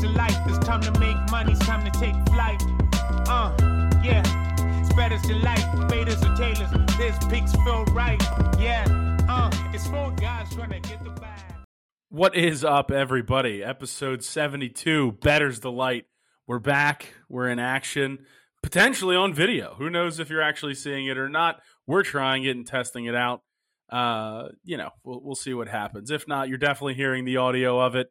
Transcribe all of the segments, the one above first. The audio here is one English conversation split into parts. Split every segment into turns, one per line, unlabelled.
to life. It's time to make money, it's time to take flight. Uh, yeah. Spreaders delight, waiters and tailors. This pigs feel right. Yeah, uh, it's four guys trying to get the bag.
What is up, everybody? Episode 72, Better's the Light. We're back. We're in action, potentially on video. Who knows if you're actually seeing it or not? We're trying it and testing it out. Uh, you know, we'll, we'll see what happens. If not, you're definitely hearing the audio of it.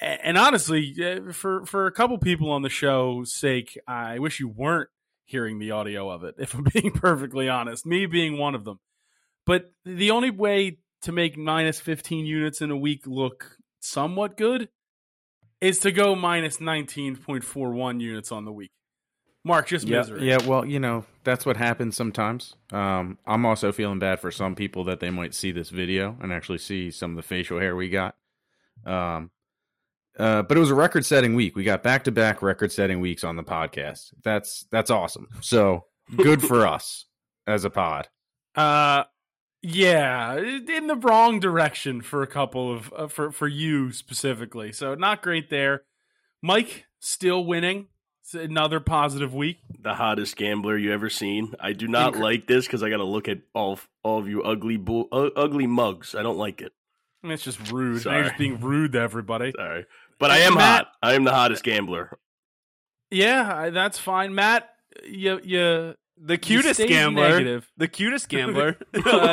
A- And honestly, eh, for, for a couple people on the show's sake, I wish you weren't hearing the audio of it, if I'm being perfectly honest, me being one of them. But the only way to make minus 15 units in a week look somewhat good is to go minus 19.41 units on the week. Mark, just
Yeah,
misery.
yeah, well, you know, that's what happens sometimes. Um, I'm also feeling bad for some people that they might see this video and actually see some of the facial hair we got. Um, uh, but it was a record-setting week. We got back-to-back record-setting weeks on the podcast. That's that's awesome. So good for us as a pod.
Uh, yeah, in the wrong direction for a couple of uh, for for you specifically. So not great there. Mike still winning. It's another positive week.
the hottest gambler you ever seen. I do not
Incre-
like this because I got to look at all all of you ugly bull, uh, ugly mugs. I don't like it.
And it's just rude. Now
Sorry.
You're just being rude to everybody.
Sorry, but I am
Matt-
hot. I am the hottest gambler.
Yeah, I, that's fine. Matt, you you
the cutest
stayed
gambler,
negative.
the cutest gambler uh,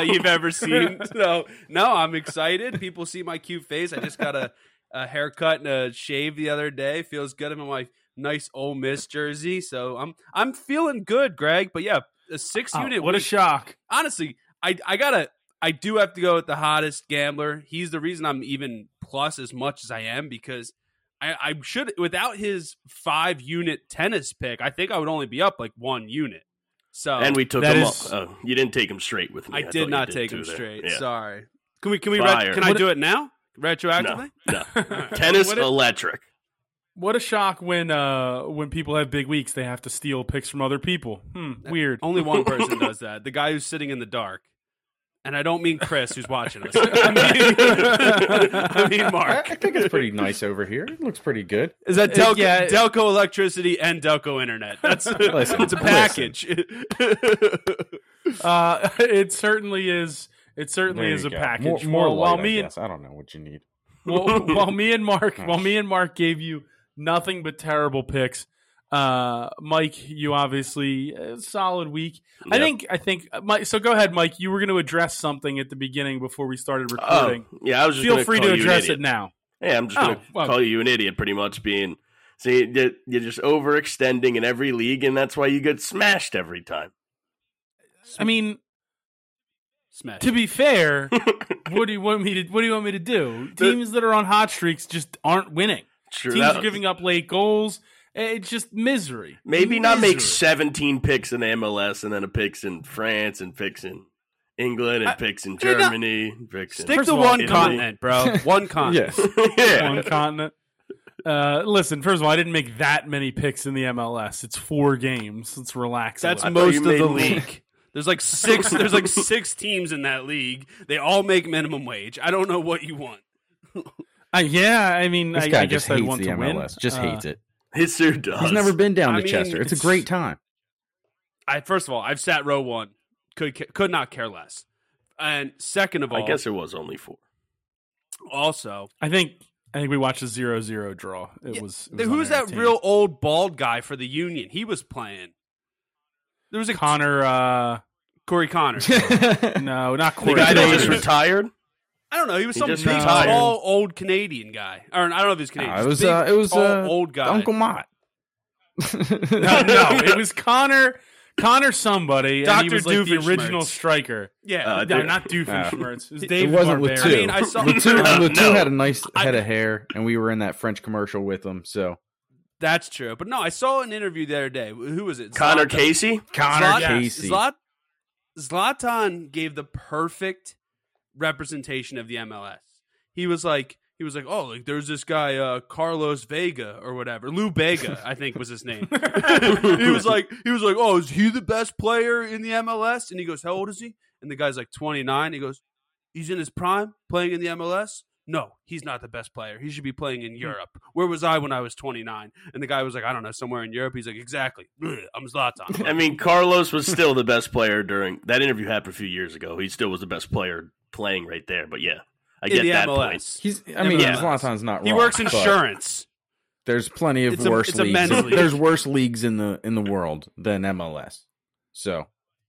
you've ever seen. So no, I'm excited. People see my cute face. I just got a, a haircut and a shave the other day. Feels good. I'm in my nice Ole Miss jersey, so I'm I'm feeling good, Greg. But yeah, a six
oh,
unit.
what a
week.
shock.
Honestly, I I gotta. I do have to go with the hottest gambler. He's the reason I'm even plus as much as I am because I, I should without his five unit tennis pick, I think I would only be up like one unit. So
and we took
that
him
is-
up. Oh, you didn't take him straight with me.
I
thought you
did not take
too
him
there.
straight.
Yeah.
Sorry. Can we? Can we?
Fire.
Ret- can I
What-
do it now? Retroactively?
No, no.
Alright.
tennis
What if-
electric.
What a shock when uh when people have big weeks, they have to steal picks from other people. Hmm, weird.
Only one person does that. The guy who's sitting in the dark. And I don't mean Chris, who's watching us. I mean, I mean
I,
Mark.
I think it's pretty nice over here. It looks pretty good.
Is that
Delco-
Delco, Delco Electricity and Delco Internet? That's
Listen,
it's a package.
Uh, it certainly is. It certainly
There
is
you
a
go.
package.
More, more
Well,
light,
while
I
me and
guess. I don't know what you need.
well, while me and Mark,
Nice.
while me and Mark gave you nothing but terrible picks, uh, Mike, you obviously uh, solid week. I
Yep.
think, I think, uh, Mike. So go ahead, Mike. You were going to address something at the beginning before we started
Oh,
recording.
yeah, I was just
Feel
gonna
free
call
to
you an
address
idiot.
it now.
Yeah, I'm just
Oh,
gonna
well-
call you an idiot, pretty much. Being see, you're you're just overextending in every league, and that's why you get smashed every time.
I mean,
Smash.
to be fair, what do you want me to? What do you want me to do? Teams that are on hot streaks just aren't winning.
True,
Teams
that-
are giving up late goals. It's just misery.
Maybe not make
Misery.
17 picks in MLS and then a picks in France and picks in England and
I-
picks in
did not-
Germany. and picks in-
Stick
First
to
of all,
one
Italy-
continent, bro. One continent.
Yes.
yeah.
one continent. Uh, listen, first of all, I didn't make that many picks in the MLS. It's four games. Let's relax. a
That's
I
little.
thought
most
you
of
made
the
league.
Oh, league. There's like six. There's like six teams in that league. They all make minimum wage. I don't know what you want.
Uh, yeah. I mean,
This
I,
guy
I
just
guess I
hates
want
the
to
MLS.
win.
Just
Uh,
hates it.
His suit does.
He's never been down
I
to
mean,
Chester. It's a
it's-
great time.
I first of all, I've sat row one. Could ca- could not care less. And second of all,
I guess it was only four.
also,
I think. I think we watched a zero-zero draw. It
Yeah,
was. It was
who's that
unentertaining.
real old bald guy for the Union? He was playing. There was a
Connor? Uh,
Corey Connors.
no, not
The
Corey.
guy that just
Connor.
retired.
I don't know. He was
He
some big,
just retired.
tall, old Canadian guy. Or I don't know if he's Canadian.
No, it
Just
was,
big,
uh, it was,
tall,
uh,
old guy.
Uncle Mott.
no, no, it was Connor. Connor somebody. and he
Dr.
was like the
Doofenshmirtz.
original striker.
yeah,
Uh,
No,
dude.
not Doofenshmirtz. It was Dave
it wasn't
Barbera.
Latu.
I mean, I saw-
Latu,
No,
Latu
no.
had a nice
I-
head of hair, and we were in that French commercial with him. So
that's true. But no, I saw an interview the other day. Who was it?
Connor
Zlatan.
Casey.
Connor
Zlat-
Casey.
Zlat- Zlatan gave the perfect representation of the MLS. He was like, he was like, oh, like there's this guy uh, Carlos Vega or whatever, Lou Vega, I think was his name. he was like, he was like, oh, is he the best player in the MLS? And he goes, how old is he? And the guy's like 29. He goes, he's in his prime, playing in the MLS. no, he's not the best player. He should be playing in Europe. Where was I when I was 29? And the guy was like, I don't know, somewhere in Europe. He's like, exactly. Bleh, I'm Zlatan.
I mean, Carlos was still the best player during that interview happened a few years ago. He still was the best player playing right there. But yeah, I
in
get
the
that point.
MLS.
He's. I mean,
Yeah.
Zlatan's not.
He
wrong,
works
but
insurance.
There's plenty of
It's a-
worse
it's a
leagues.
men's league.
There's worse leagues in the in the world than MLS. So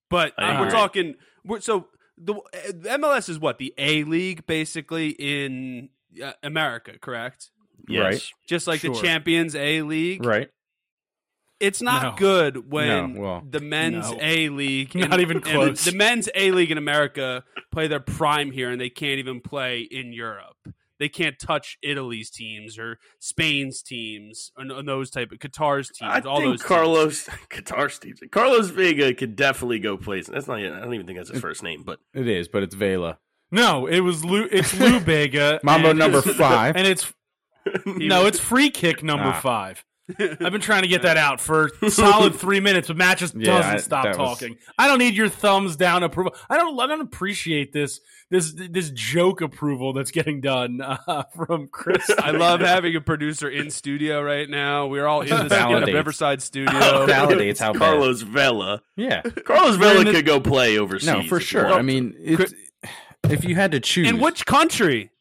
But
I
uh, we're
agree.
talking. We're, so the, uh, the MLS is what the A League basically in uh, America, correct?
Yes.
Right.
Just like the
Sure.
Champions A League.
right.
It's not
No.
good when
No, well,
the men's
no.
A League,
Not
in-
even
and the-
close.
The, men's A League in America play their prime here, and they can't even play in Europe. They can't touch Italy's teams or Spain's teams and, and those type of Qatar's teams.
I
all
think
those teams.
Carlos Qatar Steve Carlos Vega could definitely go play. That's not. I don't even think that's his first name, but
It is, but it's Vela.
No, it was Lou. It's Lou Bega.
Mambo
and-
number five.
and it's no, it's free kick number
Ah.
five. I've been trying to get that out for solid three minutes, but Matt just
Yeah,
doesn't
I-
stop
that was-
talking. I don't need your thumbs down approval. I don't. I don't appreciate this this this joke approval that's getting done uh, from Chris.
I love having a producer in studio right now. We're all in the skin of
Validates.
Riverside
Oh,
studio.
Validates how bad.
Carlos Vela.
Yeah.
Carlos
We're
Vela
in the-
could go play overseas.
No, for
if he
sure.
wanted
I mean, it's, if you had to choose,
in which country?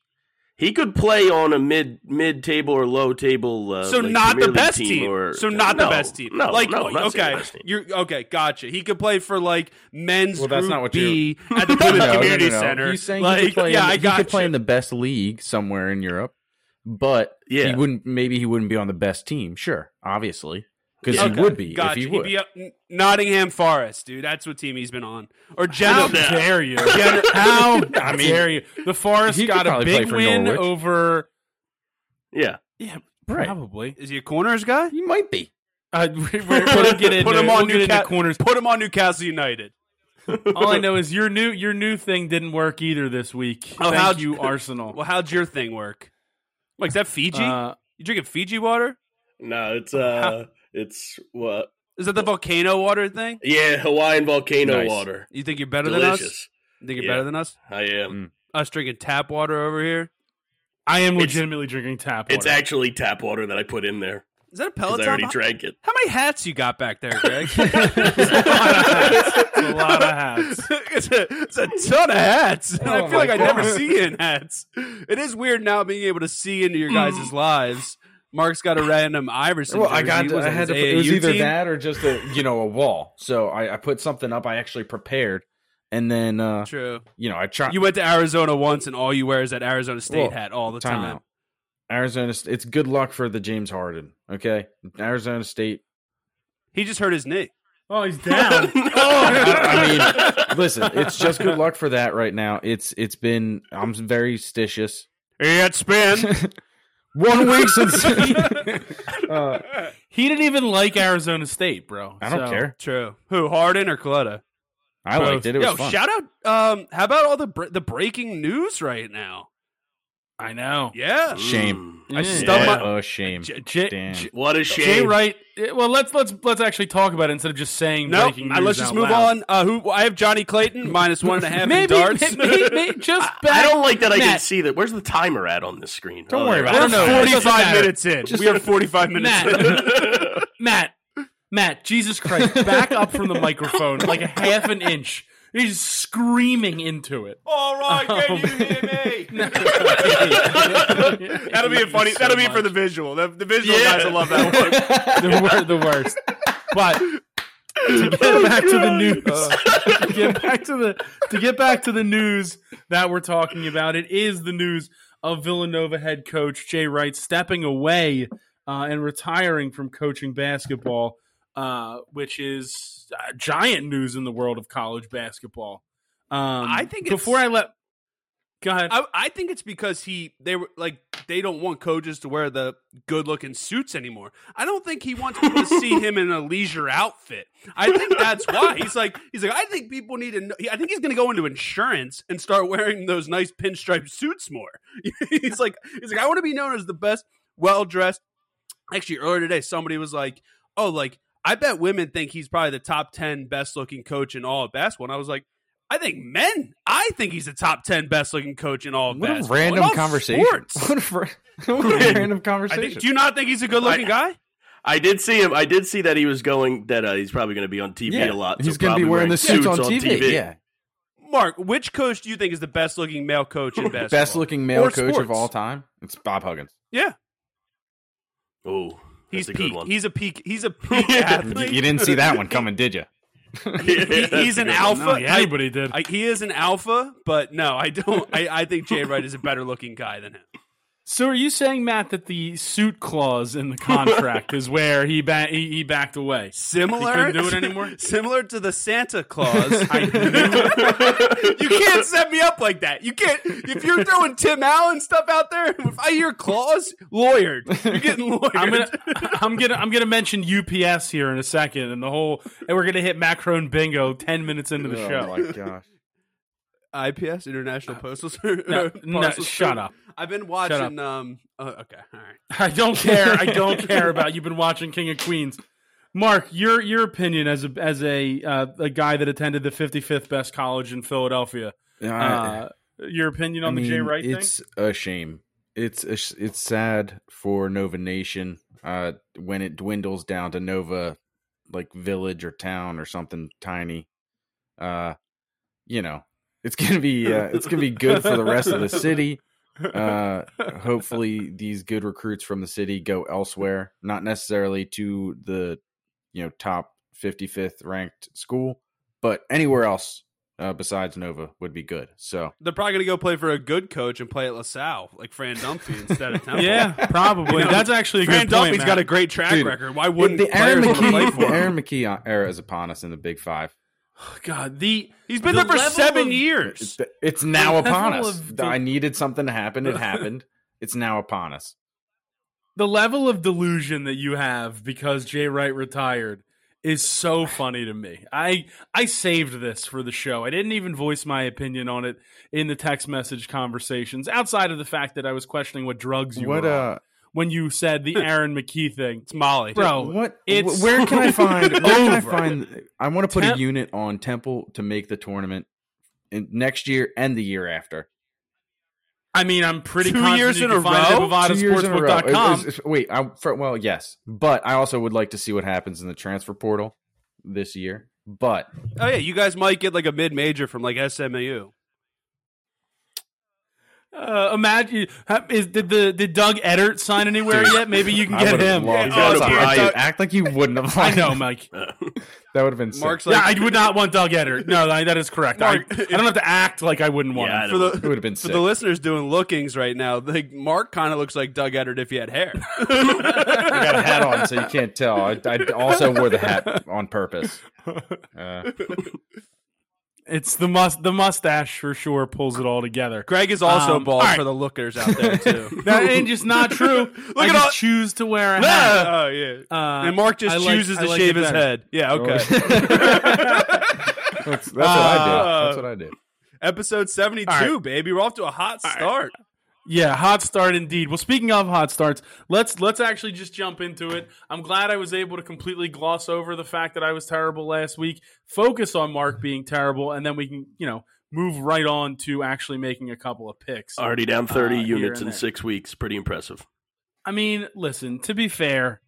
He could play on a mid mid table or low table. Uh,
So
like,
not
Premier
the
League
best team.
team. Or,
so not the
No,
best team.
No,
like
no, I'm not saying
okay,
the best team.
you're okay. Gotcha. He could play for like men's
Well, that's
group
not what
B at the Plymouth Community Center.
He's saying
like,
he could play.
yeah,
in,
I
he
got
could play in the best league somewhere in Europe, but he
Yeah.
wouldn't. Maybe he wouldn't be on the best team. Sure, obviously, because
Yeah.
he
Okay,
would be
Gotcha.
if he
He'd
would.
be up- N- Nottingham Forest, dude. That's what team he's been on. Or
How
Jal.
dare you? How dare you? The Forest
he could
got a
probably play
big
for
win
Norwich.
over.
Yeah,
Yeah,
Right.
probably.
Is he a corners guy?
he might be.
Uh, we- we're, we're gonna get into,
Put him on
we'll get into
Newca-
corners.
Put him on Newcastle United.
All I know is your new your new thing didn't work either this week.
Oh,
Thank
how'd-
you, Arsenal.
Well, how'd your thing work? Like, is that Fiji?
Uh,
you drinking Fiji water?
no, it's uh, it's what?
Is that the volcano water thing?
Yeah, Hawaiian volcano
Nice.
water,
You think you're better than us?
delicious.
You think you're
Yeah.
better than us?
I am.
Us drinking tap water over here?
I am
It's-
legitimately drinking tap water.
It's actually tap water that I put in there
Is that a
because
pellet
I already drank it.
How many hats you got back there, Greg?
It's a lot of hats.
it's, a, it's a ton of hats.
Oh
And I feel like I never see you in hats. It is weird now being able to see into your guys' lives. Mark's got a random Iverson.
Mm. Well, I
jersey.
got.
Was
I
it
had
his
to. It was
AAU
either
team?
that or just a you know a wall. So I, I put something up. I actually prepared, and then uh,
True.
you know I tried.
You went to Arizona once, and all you wear is that Arizona State
Well,
hat all the
Time
time.
out. Arizona. St- It's good luck for the James Harden. Okay, Arizona State.
He just hurt his knee. Oh.
Oh, he's down.
I I mean, listen. It's just good luck for that right now. It's it's been. I'm very stitious.
It's been
One week since. Uh,
he didn't even like Arizona State, bro.
I don't
So-
care.
true. Who Harden or Coletta?
I liked it. It was
Yo,
fun.
shout out! Um, how about all the br- the breaking news right now?
I know.
Yeah,
Shame.
I
Yeah.
stubbed my.
Oh, shame.
J- J-
Damn.
J-
Mm. What a
Jay
shame!
Wright. eh, Well, let's let's let's actually talk about it instead of just saying.
No,
breaking
uh,
news
let's just
out
move
loud.
on. Uh, who I have Johnny Clayton minus one and a half in
Maybe,
darts.
may- may- may- just
I, I don't like that I can
Matt.
see that. Where's the timer at on this screen? Oh,
Don't worry
I
about
We're
don't know. It doesn't
forty-five
matter.
minutes in. we are forty-five minutes in.
Matt, Matt, Matt, Jesus Christ, back up from the microphone like a half an inch. He's screaming into it.
All right,
can you
hear me?
That'll
That'll be a funny. that'll be for the visual. The, the visual guys will love that one.
the, wor- the worst. But to get
Oh
back to the news, to get back to the to get back to the news that we're talking about, it is the news of Villanova head coach Jay Wright stepping away uh, and retiring from coaching basketball, uh, which is uh, giant news in the world of college basketball. Um,
I think it's-
before I let go ahead,
I, I think it's because he they were like they don't want coaches to wear the good looking suits anymore. I don't think he wants people to see him in a leisure outfit. I think that's why he's like he's like I think people need to. Know, I think he's going to go into insurance and start wearing those nice pinstripe suits more. he's like he's like I want to be known as the best, well dressed. Actually, earlier today, somebody was like, "Oh, like I bet women think he's probably the top ten best looking coach in all of basketball," and I was like. I think men. I think he's the top ten best looking coach in all of
What a
basketball,
random
in all
conversation.
sports.
What a, ra- what a random
I
conversation.
think, do you not think he's a good looking guy?
I did see him. I did see that he was going. That uh, he's probably going to be on TV a lot. so
He's going to
probably
be wearing the suits on TV. Yeah.
Mark, which coach do you think is the best looking male coach in basketball?
Best looking male
Or
coach
sports.
of all time. It's Bob Huggins.
Yeah,
Oh, that's
he's
a good
peak.
one.
He's a peak. He's a peak
Yeah.
You,
athlete.
you didn't see that one coming, did you?
Yeah,
he-
that's
he's
a
an
good one.
alpha.
No,
I-
anybody did.
I, he is an alpha, but no, I don't. I, I think Jay Wright is a better looking guy than him.
So are you saying, Matt, that the suit clause in the contract is where he ba- he, he backed away?
Similar,
He couldn't do it anymore?
similar to the Santa Claus. you can't set me up like that. You can't. If you're throwing Tim Allen stuff out there, if I hear claws, lawyered. You're getting lawyered.
I'm gonna, I'm gonna, I'm gonna mention UPS here in a second, and the whole, and we're gonna hit Macron bingo ten minutes into the
Oh,
show.
gosh.
IPS International Postal Service.
Uh, no, no,
Parcel
shut
Service.
up.
I've been
up.
watching. Um. oh, okay. All right.
I don't care. I don't care about you've been watching King of Queens. Mark, your your opinion as a as a uh, a guy that attended the 55th best college in Philadelphia. Uh, your opinion on the Jay Wright thing?
it's a shame. It's a, sh- it's sad for Nova Nation uh, when it dwindles down to Nova, like village or town or something tiny. Uh, you know, it's gonna be uh, it's gonna be good for the rest of the city. Uh, hopefully, these good recruits from the city go elsewhere, not necessarily to the you know top fifty fifth ranked school, but anywhere else uh, besides Nova would be good. So
They're probably gonna go play for a good coach and play at LaSalle, like Fran Dumphy instead of Temple.
Yeah, probably.
You know,
That's actually a
Fran
good point.
Dumphy's
Matt.
got a great track
Dude,
record. Why
Well,
wouldn't
the Aaron
players wanna play
McKee
for
the
him?
Aaron McKee era is upon us in the Big Five.
God, the
He's been
the
there for
level
seven
of-
years.
It's now
The
upon
level
us.
of
Th-
the-
I needed something to happen. It happened. It's now upon us.
the level of delusion that you have because Jay Wright retired is so funny to me. I I saved this for the show. I didn't even voice my opinion on it in the text message conversations outside of the fact that I was questioning what drugs you
What
were on
uh
when you said the Aaron McKee thing.
It's Molly.
Bro,
what
Oh, it's
wh- where can I find where can I
over.
find I want to put
Temp-
a unit on Temple to make the tournament in, next year and the year after.
I mean, I'm pretty
Two
confident
years
you
in
can
a
find
row?
it at
Two years in a row. It-
BovadaSportsbook.com.
it's- it's- Wait, I for, well, yes, but I also would like to see what happens in the transfer portal this year. But
Oh yeah, you guys might get like a mid major from like SMU.
Uh, imagine ha- is did the did Doug Edert sign anywhere
Dude,
yet? Maybe you can
I
get
would've
him.
loved
Yeah,
to
oh,
sign
dude,
it.
Doug-
act like you wouldn't have.
I
liked
know,
it.
Mike.
That would have been sick.
Mark's
yeah,
like
I would not want Doug Edert. No, I- that is correct.
Mark-
I, I don't have to act like I wouldn't want
Yeah, I
him.
for
don't-
it
the
would have been
for
sick.
the listeners doing lookings right now. Like Mark kind of looks like Doug Eddard if he had hair.
I got a hat on, so you can't tell. I, I also wore the hat on purpose. Uh,
It's the must the mustache for sure pulls it all together.
Greg is also
Um,
bald
all right.
for the lookers out there too.
That ain't just not true. Look I
at
just
all-
choose to wear a hat.
oh yeah.
Uh,
and Mark just
I like-
chooses
I
to
like
shave
it
his
better.
head. Yeah, okay.
that's, that's what I do. That's what I do.
Episode 72,
All right.
baby. We're off to a hot start.
Yeah, hot start indeed. Well, speaking of hot starts, let's let's actually just jump into it. I'm glad I was able to completely gloss over the fact that I was terrible last week. Focus on Mark being terrible, and then we can you know move right on to actually making a couple of picks.
already down thirty
Uh, here
units
and
in
there.
six weeks. Pretty impressive.
I mean, listen, to be fair,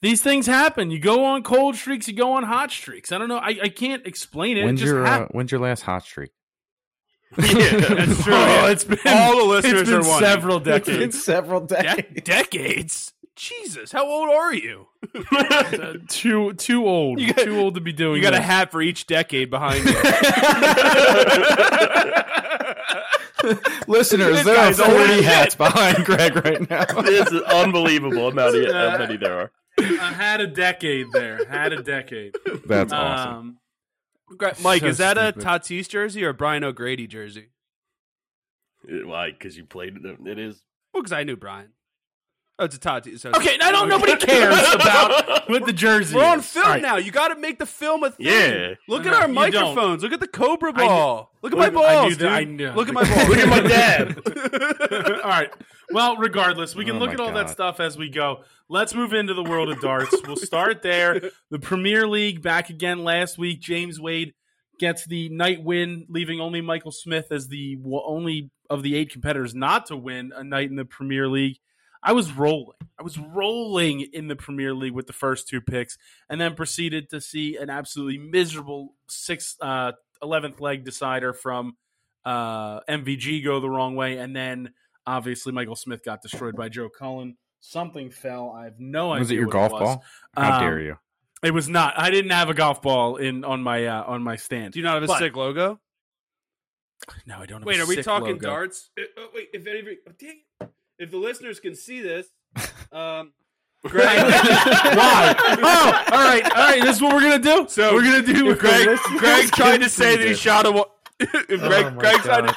these things happen. You go on cold streaks, you go on hot streaks. I don't know. I, I can't explain it.
When's
it just
your uh,
happens.
when's your last hot streak?
That's true.
Oh,
yeah.
it's been
All the listeners
it's been
are wondering.
several decades.
several
De- decades? Jesus, how old are you?
Uh, too too old. too old to be doing.
You got a
this.
hat for each decade behind you.
Listeners, there are forty hats behind Greg right now.
This is unbelievable amount of how many there are.
I had a decade there. Had a decade.
That's awesome.
Um,
Gra- Mike,
So
is that
stupid.
a Tatis jersey or a Brian O'Grady jersey?
Why? Because you played it. It is.
Well, because I knew Brian. Oh, it's a Tatis. so it's-
okay, I don't. Nobody cares about what the jersey.
We're on
is.
film
All right.
now. You got to make the film a thing.
Yeah.
Look
No,
at our
you don't.
microphones. Look at the Cobra
kn-
ball. Look at
I
my
kn- I knew
balls, dude.
that- I knew.
Look at my balls. Look at
my dad.
All right. Well, regardless, we can
Oh
look
my
at all that
God.
stuff as we go. Let's move into the world of darts. we'll start there. The Premier League back again last week. James Wade gets the night win, leaving only Michael Smith as the w- only of the eight competitors not to win a night in the Premier League. I was rolling. I was rolling in the Premier League with the first two picks, and then proceeded to see an absolutely miserable sixth, uh, 11th leg decider from uh, MVG go the wrong way, and then obviously Michael Smith got destroyed by Joe Cullen. Something fell. I have no idea.
was it your
what
golf
was.
ball? How
Um,
dare you?
It was not. I didn't have a golf ball in on my uh, on my stand.
Do you not have a
But-
sick logo?
No, I don't. Have
Wait,
a
are we
sick
talking
logo.
darts? Uh, uh, wait, if anybody, dang, it. if the listeners can see this, um, Greg,
Why? Oh, all right, all right. This is what we're gonna do.
So,
we're gonna do with
Greg, Greg tried to say that he shot a. Wa- if
Oh
Greg,
my
Greg tried to-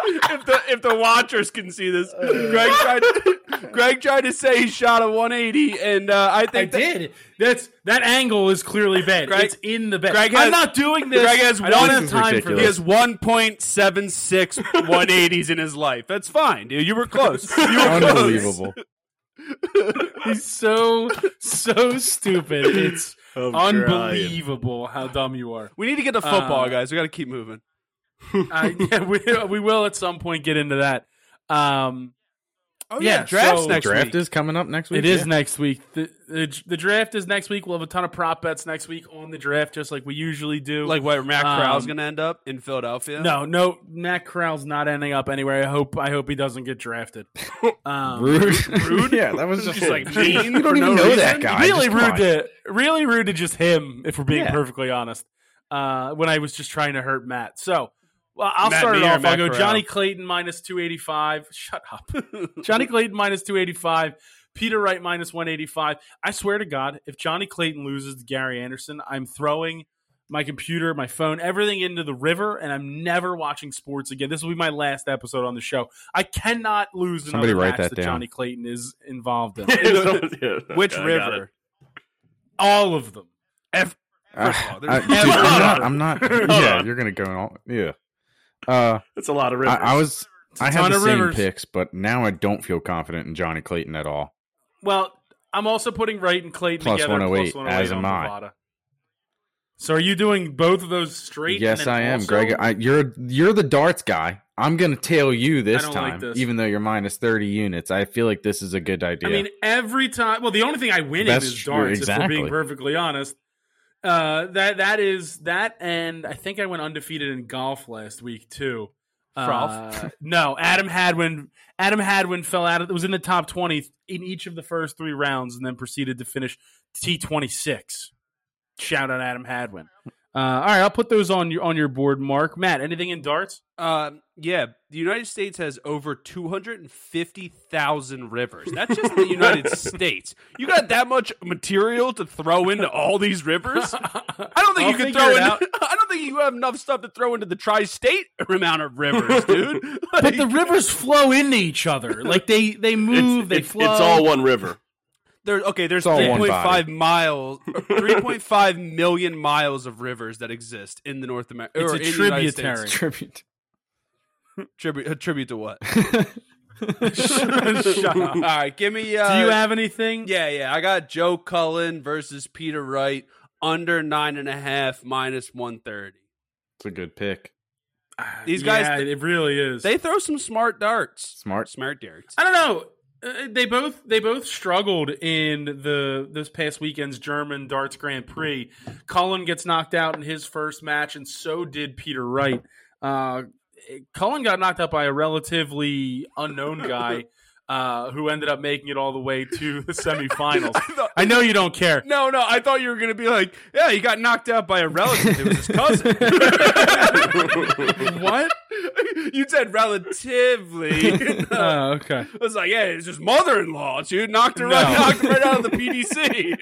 if the if the watchers can see this,
Uh.
Greg tried. To, Greg tried to say he shot a 180, and uh, I
I
think that-
did. That's that angle is clearly bad.
Greg-
it's in the bed.
Greg
I'm
has-
not doing this.
Greg has
I don't
one-
have
This
is
time for
He
this.
has 1.76 180s in his life. That's fine, dude. You were close. You were close.
Unbelievable.
He's so so stupid. It's
I'm crying.
unbelievable how dumb you are.
We need to get to football,
Uh,
guys. We got to keep moving.
I, Uh, yeah, we we will at some point get into that. Um,
Oh
yeah,
drafts
so-
next
Draft
week.
is coming up next week.
It is
yeah.
next week. The, the the draft is next week. We'll have a ton of prop bets next week on the draft, just like we usually do.
like where Matt Corral's
Um,
going to end up in Philadelphia.
no, no, Matt Corral's not ending up anywhere. I hope I hope he doesn't get drafted. Um,
Rude. Rude. yeah, that was just,
Just like
it.
mean
You
for
don't even
no
know that
reason.
guy.
really
Just come
rude
on.
to really rude to just him. If we're being
Yeah.
perfectly honest, uh, when I was just trying to hurt Matt. So well, I'll
Matt
start it
me or
off. I'll
Matt
go
Corral?
Johnny Clayton minus two eighty five. Shut up. Johnny Clayton minus 285. Peter Wright minus 185. I swear to God, if Johnny Clayton loses to Gary Anderson, I'm throwing my computer, my phone, everything into the river, and I'm never watching sports again. This will be my last episode on the show. I cannot lose another
Somebody write
match
that
that
down.
Johnny Clayton is involved in.
Yeah,
Which
I got it.
river?
All of them.
Uh,
First of all,
I-
there's-
dude, I'm not. I'm not
Hold
yeah,
on.
you're gonna go in all. Yeah. Uh,
That's a lot of
I,
rivers.
I was.
It's a
I had
ton
the
of
same
rivers.
picks, but now I don't feel confident in Johnny Clayton at all.
Well, I'm also putting Wright and Clayton
Plus
together
108,
plus 108
as
on
am I.
Bovada. So are you doing both of those straight?
Yes,
and then
I am,
also-
Greg. I, you're you're the darts guy. I'm gonna tail you this
don't like
time,
this.
even though you're minus thirty units. I feel like this is a good idea.
I mean, every time. Well, the only thing I win in
That's
is
true,
darts. If we're being
exactly.
perfectly honest, uh, that that is that, and I think I went undefeated in golf last week too.
Frolf?
Uh, no, Adam Hadwin. Adam Hadwin fell out. Of, was in the top twenty in each of the first three rounds, and then proceeded to finish T twenty six. Shout out Adam Hadwin. Uh, all right, I'll put those on your on your board, Mark. Matt, anything in darts?
Um, yeah, the United States has over 250,000 rivers. That's just the United States. You got that much material to throw into all these rivers? I don't think
I'll
you can
figure
throw
it
in,
out.
I don't think you have enough stuff to throw into the tri-state amount of rivers, dude.
But the
Like,
rivers flow into each other. Like they they move, they
it's,
flow.
it's all one river.
there okay, there's
all one
3.5 miles 3.5 million miles of rivers that exist in the North America.
It's a tributary.
tribute.
Tribute a tribute to what?
Shut up.
all right, give me uh,
Do you have anything?
Yeah, yeah. I got Joe Cullen versus Peter Wright under nine and a half minus one thirty.
It's a good pick.
These guys-
Ah, Yeah, it really is.
They throw some smart darts.
Smart.
Smart darts.
I don't know. Uh, They both they both struggled in the this past weekend's German darts Grand Prix. Cullen gets knocked out in his first match, and so did Peter Wright. Uh, Cullen got knocked out by a relatively unknown guy uh, who ended up making it all the way to the semifinals.
I thought-
I know you don't care.
no, no. I thought you were gonna be like, yeah, he got knocked out by a relative. It was his cousin.
What?
you said relatively. I
Oh, okay.
was like, yeah, it's his mother-in-law. She knocked her
No.
right, knocked her right out of the PDC.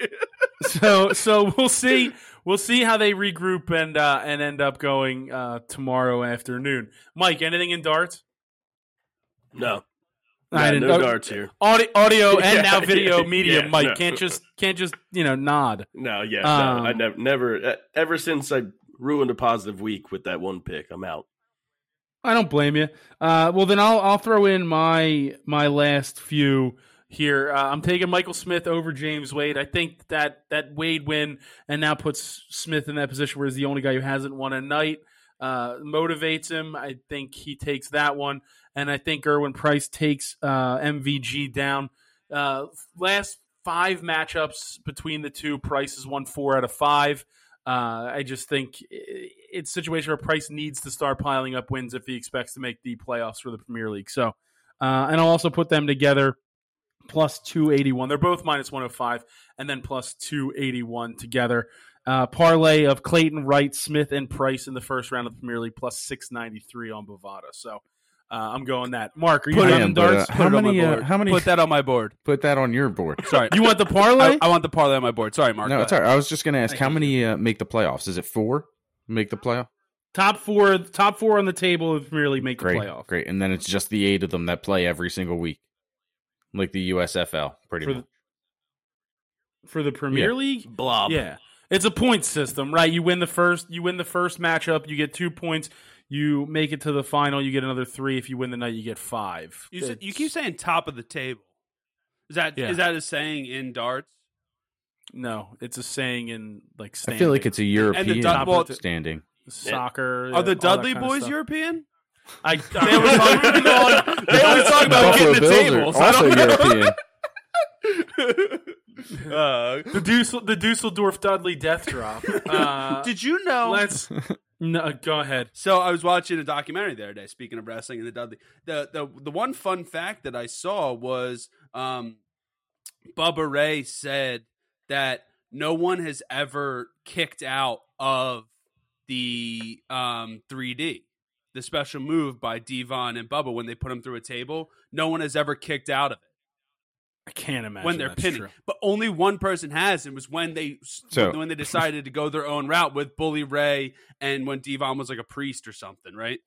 so so we'll see we'll see how they regroup and uh and end up going uh tomorrow afternoon mike anything in darts
No,
I
no,
didn't-
no
oh,
darts here.
audi- audio and
Yeah,
now video
yeah,
media
yeah,
mike
no.
can't just can't just you know nod
No, yeah,
Um,
no, I never, never, uh, ever since I ruined a positive week with that one pick, I'm out.
I don't blame you. Uh, well, then I'll I'll throw in my my last few here. Uh, I'm taking Michael Smith over James Wade. I think that that Wade win and now puts Smith in that position where he's the only guy who hasn't won a night. Uh, motivates him. I think he takes that one, and I think Irwin Price takes uh, MVG down. Uh, last five matchups between the two, Price has won four out of five. Uh, I just think i- it's a situation where Price needs to start piling up wins if he expects to make the playoffs for the Premier League. So, uh, and I'll also put them together plus 281. They're both minus 105 and then plus 281 together. Uh, parlay of Clayton Wright, Smith, and Price in the first round of the Premier League plus 693 on Bovada. So uh, I'm going that. Mark, are you
Put it
done
in,
with
but, uh,
darts?
Put
how
it on my
many, uh,
board.
how many-
Put that on my board.
Put that on your board.
Sorry.
You want the parlay?
I, I want the parlay on my board. Sorry, Mark.
no,
Go
it's all
ahead.
right. I was just going to ask,
Thank
how
you.
many uh, make the playoffs? Is it four make the playoff?
top four, top four on the table of the Premier League make the
Great,
playoff.
great. And then it's just the eight of them that play every single week, like the USFL, pretty
For
much.
the, for the Premier
Yeah.
League,
Blob.
Yeah. It's a point system, right? You win the first you win the first matchup, you get two points, you make it to the final, you get another three. If you win the night, you get five.
You, said, you
It's-
keep saying top of the table. Is that is
Yeah.
that a saying in darts?
No, it's a saying in like
I feel like
standing.
it's a European
Dun- well,
standing.
soccer.
Are the
all that
Dudley
kinda
boys
stuff.
European?
I, they always talk,
They always talk about
Buffalo
getting the
Bills
tables.
are
I
also
don't know.
European.
Uh,
the, Dussel, the Dusseldorf Dudley death drop. Uh,
did you know?
let's no, go ahead.
So I was watching a documentary the other day. Speaking of wrestling and the Dudley, the the the one fun fact that I saw was um, Bubba Ray said that no one has ever kicked out of the um 3D, the special move by Devon and Bubba when they put them through a table. No one has ever kicked out of it
I can't imagine
when they're
that's
pinning.
true.
But only one person has, and it was when they
So-
when they decided to go their own route with Bully Ray and when Devon was like a priest or something, right?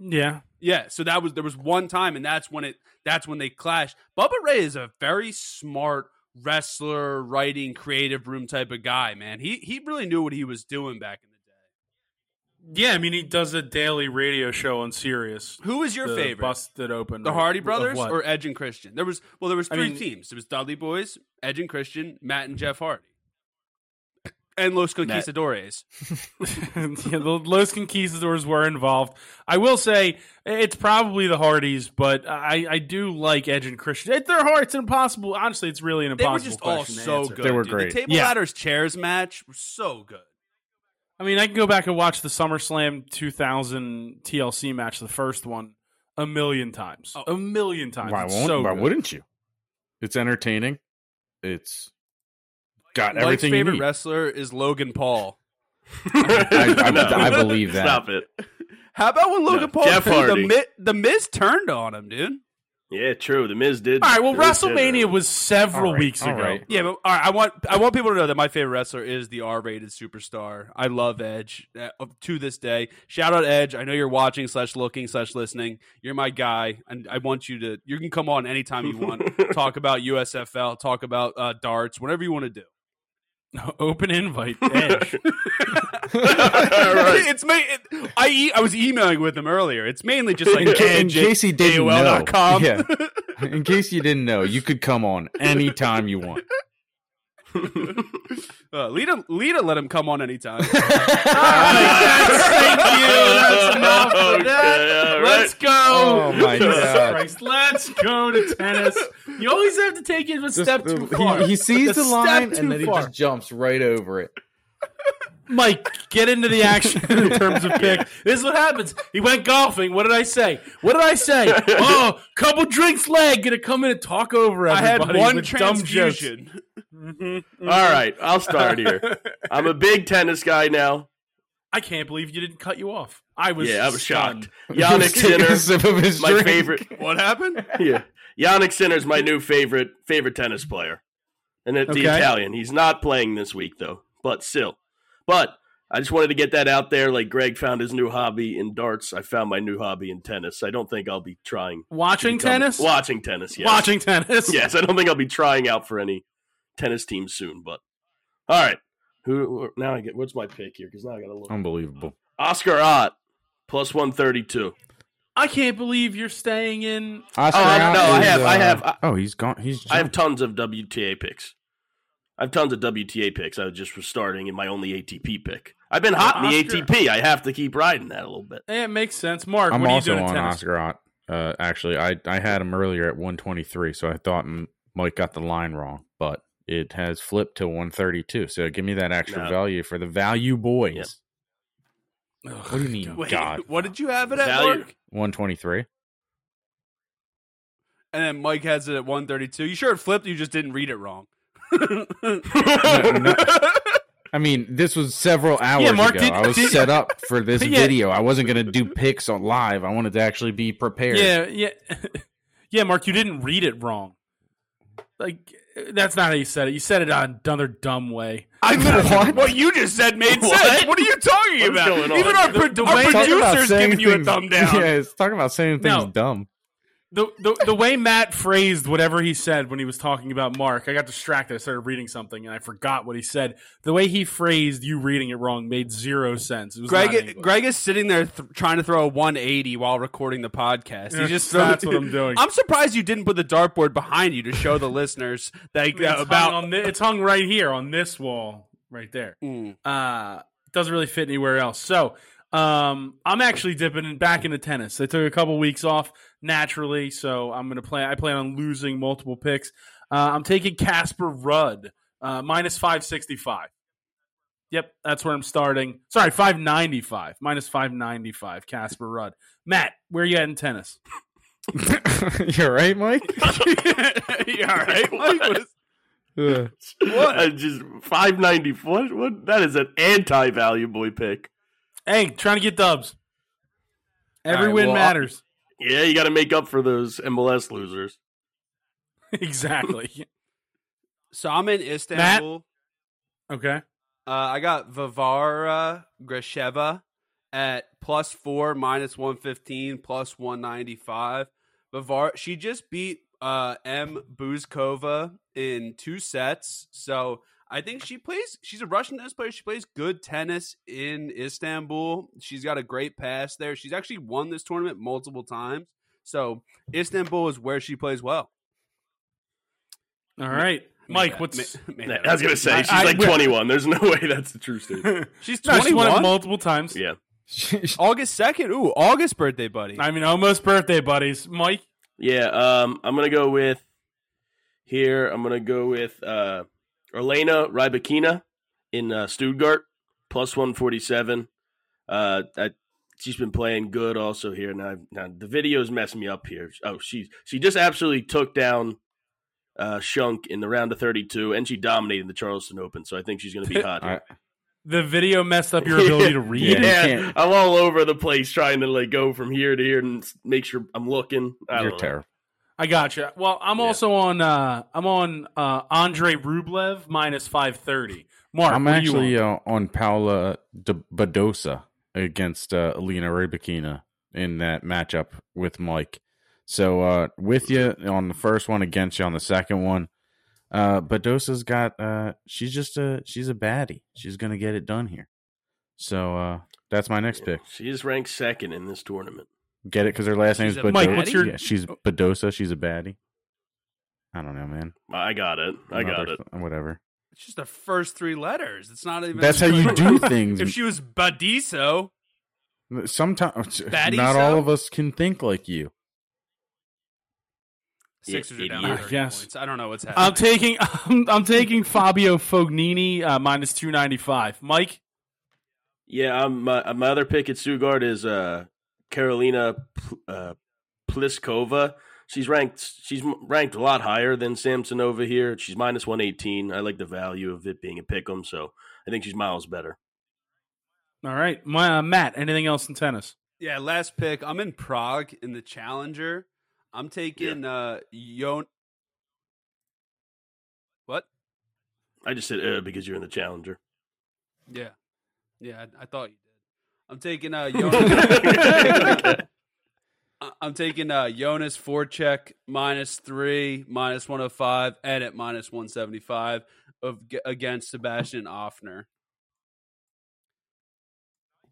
Yeah,
Yeah, so that was there was one time, and that's when it that's when they clashed. Bubba Ray is a very smart wrestler, writing, creative room type of guy, man. He he really knew what he was doing back in the day.
yeah. I mean, he does a daily radio show on Sirius.
Who is your
the
favorite?
Busted open.
the
of-
Hardy
of
Brothers
what?
or Edge and Christian? There was well, there was
I
three
mean-
teams. There was Dudley Boys, Edge and Christian, Matt and Jeff Hardy, and Los Conquistadores.
yeah, the Los Conquistadors were involved. I will say it's probably the Hardys, but I, I do like Edge and Christian. It, they're hard. It's impossible. Honestly, it's really an
They
impossible
were just all
question to
so
answer.
good.
They were
dude.
great.
The table
Yeah.
ladders chairs match was so good.
I mean, I can go back and watch the SummerSlam 2000 TLC match, the first one, a million times.
Oh.
A million times.
Why
It's
won't?
so
why
good.
wouldn't you? It's entertaining. It's got
Mike's
everything you
favorite
need.
wrestler is Logan Paul.
I- I- I believe that.
Stop it.
How about when Logan
No,
Paul
Jeff
threw the
Hardy.
Mi- the Miz turned on him, dude?
Yeah, true. The Miz did.
All right. Well,
The Miz did
WrestleMania
that.
was several
All right,
weeks
all
ago.
right.
Yeah, but all right, I want I want people to know that my favorite wrestler is the R-rated superstar. I love Edge uh, up to this day. Shout out Edge. I know you're watching slash looking slash listening. You're my guy, and I want you to. You can come on anytime you want. talk about USFL. Talk about uh, darts. Whatever you want to do.
Open invite. Edge.
right.
It's me. It, I e- I was emailing with him earlier. It's mainly just like
In, ca- in
Edge at
case he didn't know,
AOL.com.
yeah. In case you didn't know, you could come on anytime you want.
Uh, Lita, Lita, let him come on anytime.
Thank you. That's enough
Oh,
for that.
Okay, all right.
Let's go.
Oh, my
Jesus
God.
Christ. Let's go to tennis. You always have to take it a step too far.
He, he sees
A
the
step
line
too
and then he
far.
just jumps right over it.
Mike, get into the action in terms of pick. This is what happens. He went golfing. What did I say? What did I say? Oh, couple drinks leg. Gonna come in and talk over
I had
everybody.
one
with dumb jokes.
transfusion.
All right, I'll start here. I'm a big tennis guy now.
I can't believe you didn't cut you off. I was
yeah, I was
stunned.
shocked.
He was
Yannick
taking a
Sinner,
sip of his
my
drink.
favorite.
What happened?
Yeah, Yannick Sinner's my new favorite favorite tennis player, and it's the
Okay.
Italian. He's not playing this week though, but still. But I just wanted to get that out there. Like Greg found his new hobby in darts, I found my new hobby in tennis. I don't think I'll be trying
Watching
become-
tennis.
Watching tennis. Yes.
Watching tennis.
yes, I don't think I'll be trying out for any tennis team soon. But all right, who now? I get
Um,
what's my pick here because now I got to look.
Unbelievable.
Oscar Ott plus one thirty two.
I can't believe you're staying in.
I- no, I have- I have- I-
oh, he's gone. He's.
I have
jumped.
tons of WTA picks. I have tons of WTA picks. I just was starting in my only ATP pick. I've been hot in the
Oscar-
ATP. I have to keep riding that a little bit.
Eh, It makes sense, Mark.
I'm
what are you
also
doing in
on
tennis?
Oscar Ott. Uh, actually, I I had him earlier at 123, so I thought M- Mike got the line wrong, but it has flipped to 132. So give me that extra
No.
value for the value boys.
Yep.
Ugh,
What do you mean?
Wait,
Oh, God,
what did you have it at,
Value.
Mark?
123.
And then Mike has it at 132. You sure it flipped? You just didn't read it wrong.
no. I mean, this was several hours
Mark,
ago.
did-
I was
did-
set up for this
Yeah.
video. I wasn't going to do picks on live. I wanted to actually be prepared.
Yeah, yeah, yeah, Mark. You didn't read it wrong. Like that's not how you said it. You said it on another dumb way.
I what? what you just said made
What?
sense. What are you talking
What's
about?
going on?
Even our, pro-
The- the
our
way-
Talk about
producer's
saying
giving you a
things-
thumb down.
Yeah, it's talking about saying things
No.
dumb.
The, the the way Matt phrased whatever he said when he was talking about Mark, I got distracted. I started reading something and I forgot what he said. The way he phrased you reading it wrong made zero sense. It was not
Greg,
English.
Greg is sitting there th- trying to throw a 180 while recording the podcast. He
That's-
just
that's what I'm doing.
I'm surprised you didn't put the dartboard behind you to show the listeners like
it's
uh, about.
hung on thi- it's hung right here on this wall right there.
Mm.
Uh, it doesn't really fit anywhere else. So um, I'm actually dipping in- back into tennis. I took a couple weeks off naturally, so I'm gonna play. I plan on losing multiple picks. Uh, I'm taking Casper Rudd uh, minus five sixty five. Yep, that's where I'm starting. Sorry, five ninety five minus five ninety five. Casper Rudd. Matt, where you at in tennis?
You're right, Mike.
you all right? Mike? What is-
Ugh.
What? I just five ninety. What? What? That is an anti value boy pick.
Hey, trying to get dubs. Every
All right,
win
well, I'll-
matters.
Yeah, you got to make up for those MLS losers.
exactly.
So I'm in Istanbul.
Okay.
Uh, I got Vivara Grisheva at plus four, minus one fifteen, plus one ninety five. Vivara, she just beat uh, M Buzkova in two sets, so I think she plays. She's a Russian tennis player. She plays good tennis in Istanbul. She's got a great pass there. She's actually won this tournament multiple times. So Istanbul is where she plays well.
All right, Mike.
Made
What's
that- made- made that
I was
up.
gonna say
I-
she's
I-
like twenty one. There's no way that's the true statement.
She's
No,
twenty
she won it
one.
multiple times.
Yeah,
August second. Ooh, August birthday buddy.
I mean, almost birthday buddies. Mike.
yeah. Um, I'm gonna go with here. I'm gonna go with uh, Elena Rybakina in uh, Stuttgart plus one forty seven. Uh, I, she's been playing good also here. Now, now the videos messing me up here. Oh, she she just absolutely took down uh, Shunk in the round of thirty two, and she dominated the Charleston Open. So I think she's gonna be hot.
I-
The video messed up your ability to read.
you
Yeah,
can't-
I'm all over the place trying to like go from here to here and s- make sure I'm looking. I don't
you're
know.
terrible.
I gotcha. Well, I'm
Yeah.
also on. uh I'm on uh Andre Rublev minus five thirty. Mark,
I'm
what are you
actually
on?
uh, on Paula De Badosa against uh, Alina Rybakina in that matchup with Mike. So uh, with you on the first one, against you on the second one. Uh, Badosa's got. Uh, she's just a. She's a baddie. She's gonna get it done here. So uh, that's my next pick.
She is ranked second in this tournament.
Get it because her last name's
She's a
Badosa.
Mike, what's your-
Yeah, she's Badosa. She's a baddie. I don't know, man.
I got it. I got
Another-
it.
Whatever.
It's just the first three letters. It's not even.
That's how you do things.
If she was Badiso,
Sometimes
Batty
not
cell?
all of us can think like you.
Sixers are down
Idiot.
30
Yes. Um,
points. I don't know
uh,
what's happening.
I'm taking. I'm, I'm taking Fabio Fognini uh, minus two ninety five. Mike.
Yeah, I'm, my uh, my other pick at Sugard is uh, Carolina Pl- uh, Pliskova. She's ranked. She's m- ranked a lot higher than Samsonova here. She's minus one eighteen. I like the value of it being a pick'em, so I think she's miles better.
All right, my, uh, Matt. Anything else in tennis?
yeah, last pick. I'm in Prague in the Challenger. I'm taking uh Yon. What?
I just said uh, because you're in the challenger.
Yeah, yeah. I, I thought you did. I'm taking uh Yon.
Okay.
I- I'm taking uh Jonas Forcheck minus three, minus 105, and at minus 175 of against Sebastian Offner.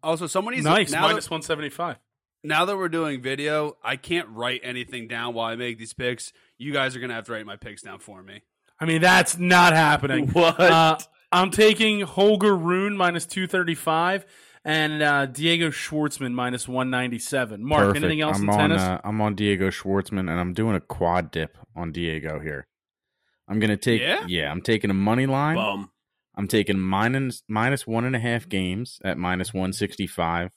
Also, someone needs to-
Nice
now that-
minus one seventy five.
now that we're doing video, I can't write anything down while I make these picks. You guys are gonna have to write my picks down for me.
I mean, that's not happening.
What?
Uh, I'm taking Holger Rune minus 235 and uh, Diego Schwartzman minus 197. Mark,
Perfect.
anything else
I'm
in
on,
tennis?
Uh, I'm on Diego Schwartzman, and I'm doing a quad dip on Diego here. I'm gonna take
Yeah?
I'm taking a money line.
Bum.
I'm taking minus minus one and a half games at minus one sixty five.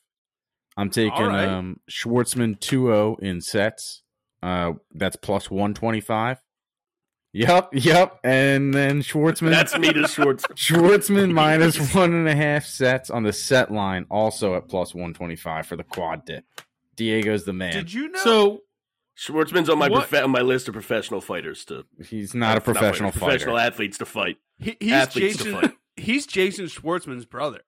I'm taking
right.
um, Schwartzman 2-0 in sets. Uh, that's plus one twenty five. Yep, yep. And then Schwartzman
That's me to Schwartz.
Schwartzman minus one and a half sets on the set line, also at plus one twenty five for the quad dip. Diego's the man.
Did you know?
so
Schwartzman's on my
What?
profe- on my list of professional fighters to
He's not a
fighters,
professional fighter.
professional athletes to fight.
he, he's
athletes to
Jason.
fight.
He's Jason Schwartzman's brother.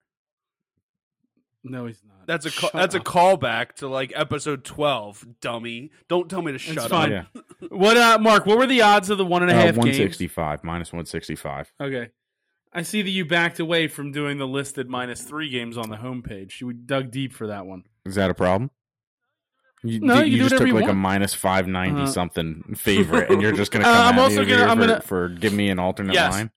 no, he's not.
That's a ca-
Shut
that's a
up.
callback to like episode twelve, dummy. Don't tell me to shut
It's
up.
fine. What, uh, Mark? What were the odds of the one and a half
Uh, one
games?
sixty five minus one sixty five.
Okay. I see that you backed away from doing the listed minus three games on the homepage. You dug deep for that one.
Is that a problem? You,
No,
you,
you do
just
whatever
took
you
like a
want.
minus five ninety
Uh,
something favorite, and you're just gonna
Uh,
come
I'm
at
also
me
gonna-
here
I'm
for,
gonna-
for give me an alternate
Yes.
line.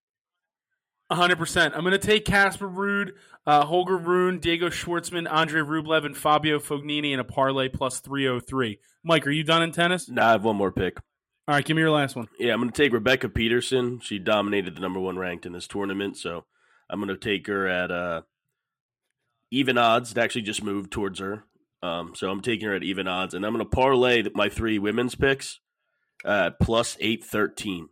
100%. I'm going to take Casper Ruud, uh, Holger Rune, Diego Schwartzman, Andre Rublev, and Fabio Fognini in a parlay plus 303. Mike, are you done in tennis?
Nah, I have one more pick.
All right, give me your last one.
Yeah, I'm going to take Rebecca Peterson. She dominated the number one ranked in this tournament, so I'm going to take her at uh, even odds. It actually just moved towards her, um, so I'm taking her at even odds, and I'm going to parlay th- my three women's picks uh, plus eight thirteen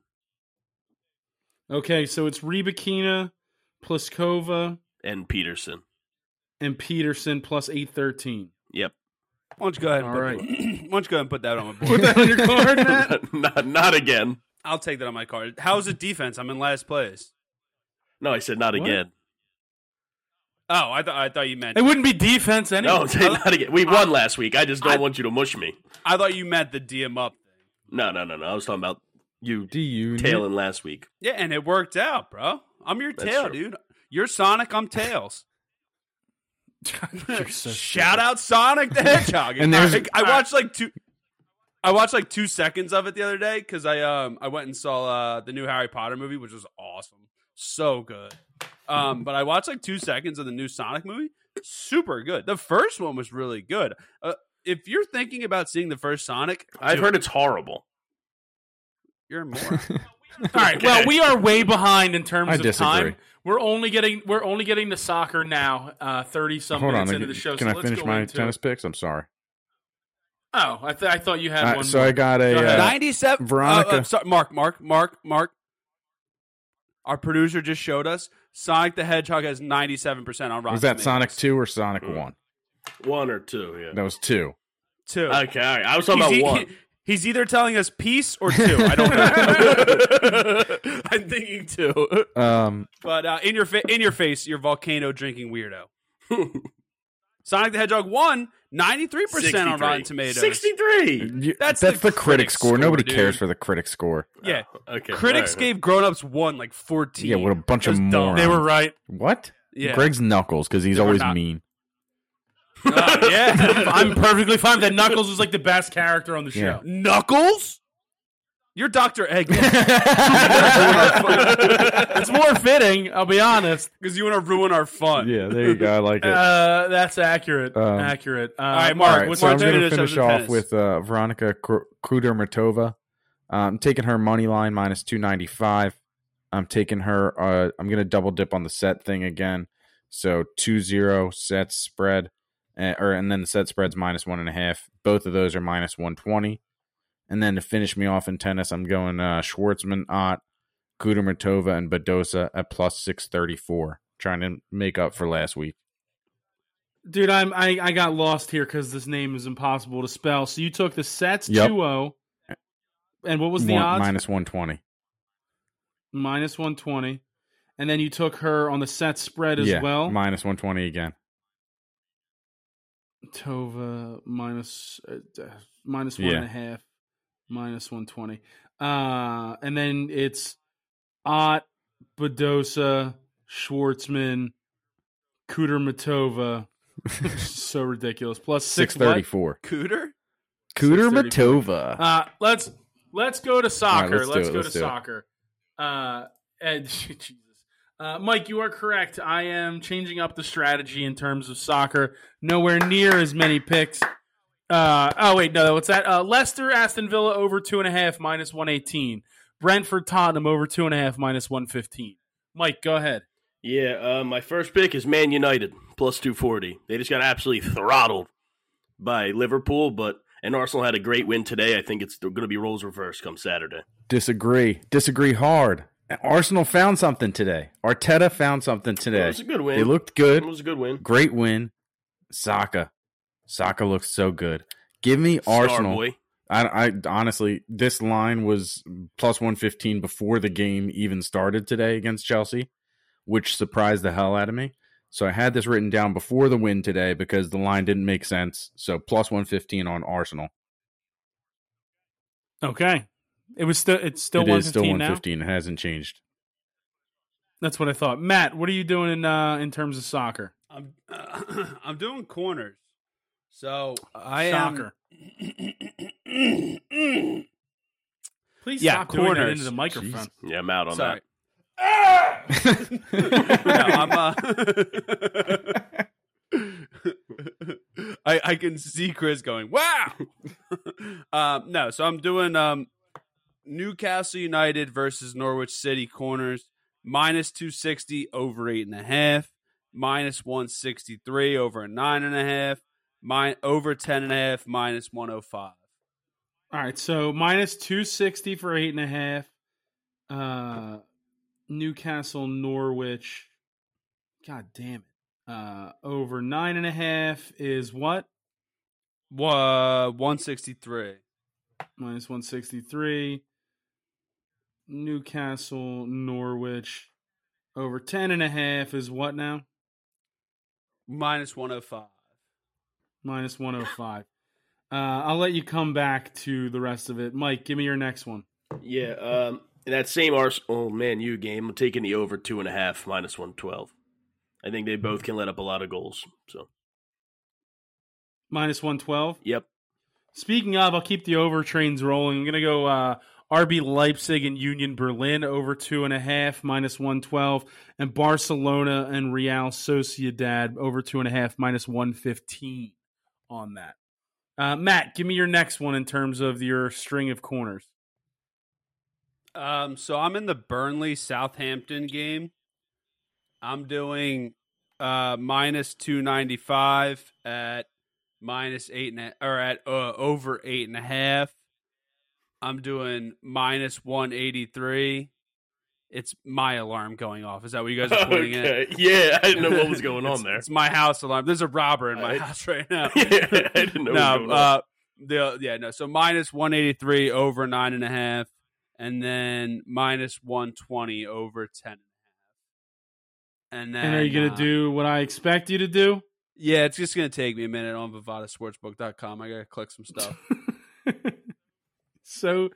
Okay, so it's Rebekina, Pliskova,
and Peterson.
and Peterson plus 813.
Yep,
Why don't you go ahead? And
All
put
right.
Why don't you go ahead and put that on my board?
Put that on your card, Matt.
not not again.
I'll take that on my card. How's the defense? I'm in last place.
No, I said not
What?
again.
Oh, I thought I thought you meant
It wouldn't be defense anyway.
No, I'm saying not again. We won last week. I just don't
I-
want you to mush me.
I thought you meant the DM up.
No, no, no, no. I was talking about you
Do you
tailing last week.
Yeah, and it worked out, bro. I'm your
That's
tail,
true.
dude. You're Sonic. I'm Tails.
You're so
Shout out Sonic the Hedgehog.
And there's-
I, I watched like two. I watched like two seconds of it the other day because I um I went and saw uh, the new Harry Potter movie, which was awesome, so good. Um, but I watched like two seconds of the new Sonic movie. Super good. The first one was really good. Uh, if you're thinking about seeing the first Sonic,
I've
dude,
heard it's horrible.
you're more.
All right. Well, we are way behind in terms
I
of
disagree.
time. We're only getting we're only getting to soccer now. Uh, Thirty some
Hold on.
minutes
I-
into the show.
Can
so
I
let's
finish
go
my
into,
tennis picks? I'm sorry.
Oh, I, th- I thought you had
Uh,
one.
so
more.
I got a
Go ahead.
uh,
97
Veronica.
uh, uh, sorry, Mark, Mark, Mark, Mark. Our producer just showed us Sonic the Hedgehog has 97% on Rotten.
was that
Tomatoes.
Sonic two or Sonic
Mm.
one?
One or two, yeah.
That was two.
Two.
Okay, all right. I was Uh, talking
he's,
about
e-
one.
he- he's either telling us peace or two. I don't know. I'm thinking two.
Um,
But uh, in your fa- in your face, your volcano drinking weirdo. Sonic the Hedgehog won 93% on Rotten Tomatoes.
63.
you-
That's
that's,
the
the,
critic
critic score.
score,
Nobody
dude.
cares for the critic score.
Yeah.
Oh, Okay.
Critics
all right.
gave grown-ups one like 14.
Yeah, what a bunch of
It was dumb.
morons.
they were right.
What?
Yeah.
Greg's knuckles because he's
They were
always
not-
mean.
Uh, yeah.
I'm perfectly fine. That Knuckles was like the best character on the
Yeah.
show.
Knuckles? You're Dr. Eggman.
it's more fitting. I'll be honest.
Because you want to ruin our fun.
yeah, there you go. I like it.
Uh, that's accurate.
Um,
accurate. Uh,
right, Mark,
Mark.
All right,
what's
so
our
I'm going
alternative
to
shows
finish
in
off
tennis?
with uh, Veronica Kr- Kudermatova. I'm taking her money line minus 295. I'm taking her. Uh, I'm going to double dip on the set thing again. So 2 0 sets spread, uh, or and then the set spreads minus one and a half. Both of those are minus 120. And then to finish me off in tennis, I'm going uh, Schwartzman, Ott, Kudermatova, and Bedosa at plus 634, trying to make up for last week.
Dude, I'm I, I got lost here because this name is impossible to spell. So you took the sets
Yep.
two zero, and what was the
One-
odds?
Minus 120.
minus 120 and then you took her on the set spread as
yeah,
well
Minus 120 again.
tova minus uh, uh, minus one
Yeah.
and a half minus 120 uh and then it's ott bedosa schwartzman kudermatova so ridiculous. Plus
Six
six
thirty
what?
four.
Cooter?
634.
Cooter Matova.
Uh, let's let's go to soccer.
let's
let's
do it,
go
let's
to
do it.
soccer. Uh, and Jesus, uh, Mike, you are correct. I am changing up the strategy in terms of soccer. Nowhere near as many picks. Uh, oh wait, no, what's that? Uh, Leicester, Aston Villa over two and a half minus one eighteen. Brentford, Tottenham over two and a half minus one fifteen. Mike, go ahead.
Yeah, uh, my first pick is Man United plus two forty. They just got absolutely throttled by Liverpool, but and Arsenal had a great win today. I think it's going to be roles reversed come Saturday.
Disagree. Disagree hard. Arsenal found something today. Arteta found something today.
It was a good win.
They looked good.
It was a good win.
Great win. Saka. Saka looks so good. Give me
Star
Arsenal.
boy.
I, I honestly, this line was plus 115 before the game even started today against Chelsea, which surprised the hell out of me. So I had this written down before the win today because the line didn't make sense. So plus 115 on Arsenal.
Okay, it was still it's still
It
one
is still
fifteen now.
115. It hasn't changed.
That's what I thought. Matt, what are you doing in uh, in terms of soccer?
I'm uh, I'm doing corners. So I
soccer.
am
Please
Yeah,
stop corners. doing that
corners.
into the microphone.
Jeez.
Yeah, I'm out on
sorry. no,
no,
I'm uh I I can see Chris going, "Wow." um no, so I'm doing um Newcastle United versus Norwich City corners minus 260 over eight and a half, minus 163 over nine and a half, mine over ten and a half, minus 105.
All right, so minus two sixty for eight and a half. Uh, Newcastle, Norwich. God damn it! Uh, over nine and a half is what
Wha- 163.
minus one sixty three. Newcastle, Norwich. Over ten and a half is what now?
Minus 105.
Minus one hundred five. Uh, I'll let you come back to the rest of it, Mike. Give me your next one.
that. Yeah, um, in that same Arsenal Man U game, I'm taking the over two and a half minus one twelve. I think they both can let up a lot of goals. So,
Minus one twelve.
yep.
Speaking of, I'll keep the over trains rolling. I'm going to go uh, RB Leipzig and Union Berlin over two and a half, minus 112, and Barcelona and Real Sociedad over two and a half, minus 115 on that. Uh, Matt, give me your next one in terms of your string of corners.
Um, so I'm in the Burnley Southampton game. I'm doing uh minus two ninety five at minus eight and a, or at uh, over eight and a half. I'm doing minus one eighty three. It's my alarm going off. Is that what you guys are pointing at?
Okay. Yeah, I didn't know what was going on
eh? It's-
there.
It's my house alarm. There's a robber in my
I-
house right now.
Yeah, I didn't know what was
no,
going on.
uh, the yeah, no. So minus one eighty three over nine and a half, and then minus one twenty over ten and a half. And then
And are you going to
uh,
do what I expect you to do?
Yeah, it's just gonna take me a minute on VivadaSportsbook.com. I gotta click some stuff.
so